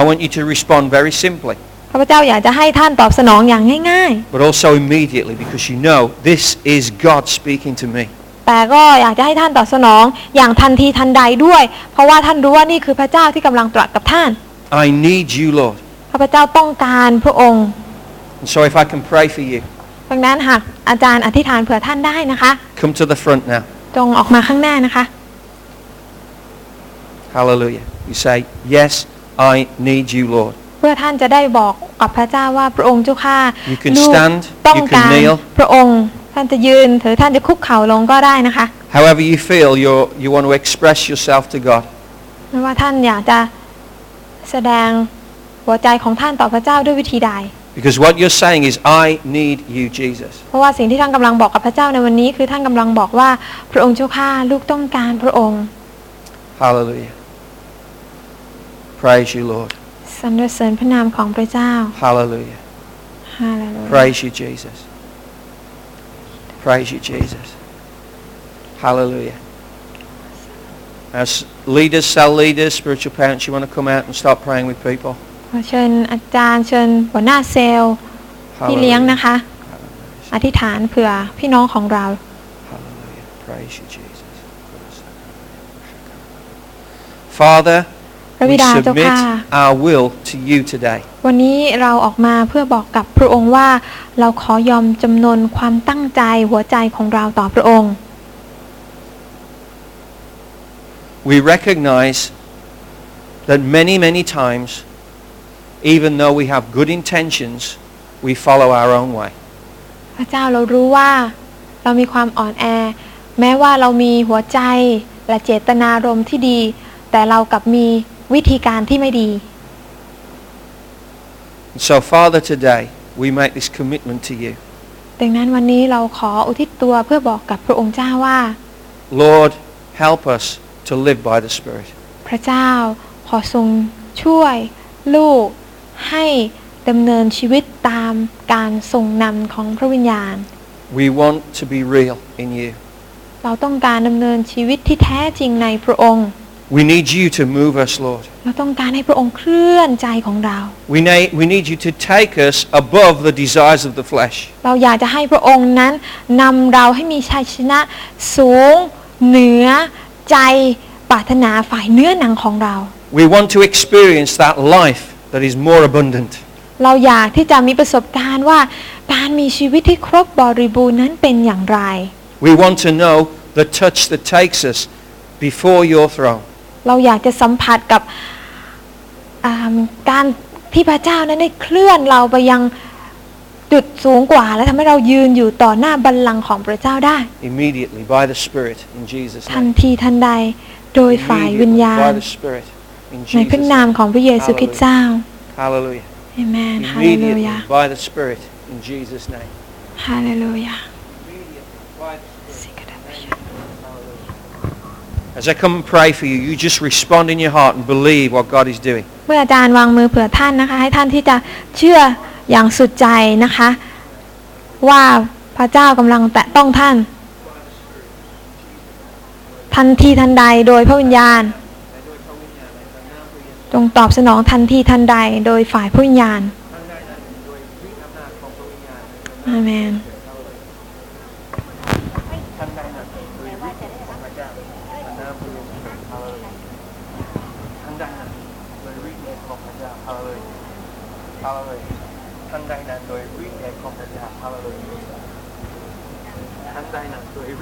I want you to respond very simply, ข้าพเจ้าอยากจะให้ท่านตอบสนองอย่างง่าย but also immediately, because you know this is God speaking to me. ๆ แต่ก็อยากจะให้ท่านตอบสนองอย่างทันทีทันใดด้วย เพราะว่าท่านรู้ว่านี่คือพระเจ้าที่กำลังตรัสกับท่าน I need you, Lord. ข้าพเจ้าต้องการพระองค์ And so if I can pray for you, ดังนั้นหากอาจารย์อธิษฐานเผื่อท่านได้นะคะ come to the front now. จงออกมาข้างหน้านะคะ Hallelujah. You say, yes, I need you, Lord. เพื่อท่านจะได้บอกกับพระเจ้าว่าพระองค์เจ้าข้า You can ลูก stand, ต้อง you การ can kneel. พระองค์ท่านจะยืนหรือท่านจะคุกเข่าลงก็ได้นะคะ However you feel, you're, you want to express yourself to God. ไม่ว่าท่านอยากจะแสดงหัวใจของท่านต่อพระเจ้าด้วยวิธีใด Because what you're saying is, I need you, Jesus. เพราะว่าสิ่งที่ท่านกำลังบอกกับพระเจ้าในวันนี้คือท่านกำลังบอกว่าพระองค์เจ้าข้าลูกต้องการพระองค์ Hallelujah. Praise you, Lord. สรรเสริญพระนามของพระเจ้า Hallelujah. ฮาเลลูยา Praise you, Jesus. Praise you, Jesus. Hallelujah. As leaders, cell leaders, spiritual parents, you want to come out and start praying with people? ขอเชิญอาจารย์เชิญหัวหน้าเซลล์พี่เลี้ยงนะคะ อธิษฐานเผื่อพี่น้องของเรา Hallelujah. Praise you, Jesus. Father, พระ we บิดาเจ้า submit ค่ะ our will to you today. วันนี้เราออกมาเพื่อบอกกับพระองค์ว่า เราขอยอมจำนนความตั้งใจหัวใจของเราต่อพระองค์ We recognize that many, many times, even though we have good intentions, we follow our own way. พระเจ้าเรารู้ว่าเรามีความอ่อนแอ แม้ว่าเรามีหัวใจและเจตนารมณ์ที่ดี แต่เรากลับมีวิธีการที่ไม่ดี And so, Father, today, we make this commitment to you. ดังนั้นวันนี้เราขออุทิศตัวเพื่อบอกกับพระองค์เจ้าว่า Lord, help us to live by the Spirit. พระเจ้าขอทรงช่วย ลูกให้ดำเนินชีวิตตามการทรงนำของพระวิญญาณ We want to be real in you. เราต้องการดำเนินชีวิตที่แท้จริงในพระองค์ We need you to move us, Lord. เราต้องการให้พระองค์เคลื่อนใจของเรา We, na- we need you to take us above the desires of the flesh. เราอยากจะให้พระองค์นั้นนำเราให้มีชัยชนะสูง เหนือ ใจปรารถนาฝ่ายเนื้อหนังของเรา We want to experience that life that is more abundant. เราอยากที่จะมีประสบการณ์ว่าการมีชีวิตที่ครบบริบูรณ์นั้นเป็นอย่างไร We want to know the touch that takes us before your throne. เราอยากจะสัมผัสกับอ่าการที่พระเจ้านั้นได้เคลื่อนเราไปยังจุดสูงกว่า และทำให้เรายืนอยู่ต่อหน้าบัลลังก์ของพระเจ้าได้ Immediately, by the Spirit, in Jesus' ทัน name. ทีทันใดโดยฝ่ายวิญ Immediately, ญา by ณ the Spirit, in ในพ Jesus' ระนาม name. ของพระเยซูคริสต์เจ้า Hallelujah. เอเมนฮาเลลู Immediately, ยา by the Spirit, in Jesus' name. ฮาเลลูยา Immediately, by the Spirit. Hallelujah. As I come and pray for you, you just respond in your heart and believe what God is doing. เมื่ออาจารย์วางมือเผื่อท่านนะคะ ให้ท่านที่จะเชื่ออย่างสุดใจนะคะ ว่า พระเจ้ากำลังแตะต้องท่าน ทันทีทันใดโดยพระวิญญาณ จงตอบสนองทันทีทันใดโดยฝ่ายพระวิญญาณอาเมน ท่านใดนั้นโดยฤทธิ์เดชของพระเจ้าฮาเลลูยาฮาเลลูยาท่านใดนั้นโดยฤทธิ์เดชของพระเจ้าฮาเลลูยาท่านใดนั้นโดย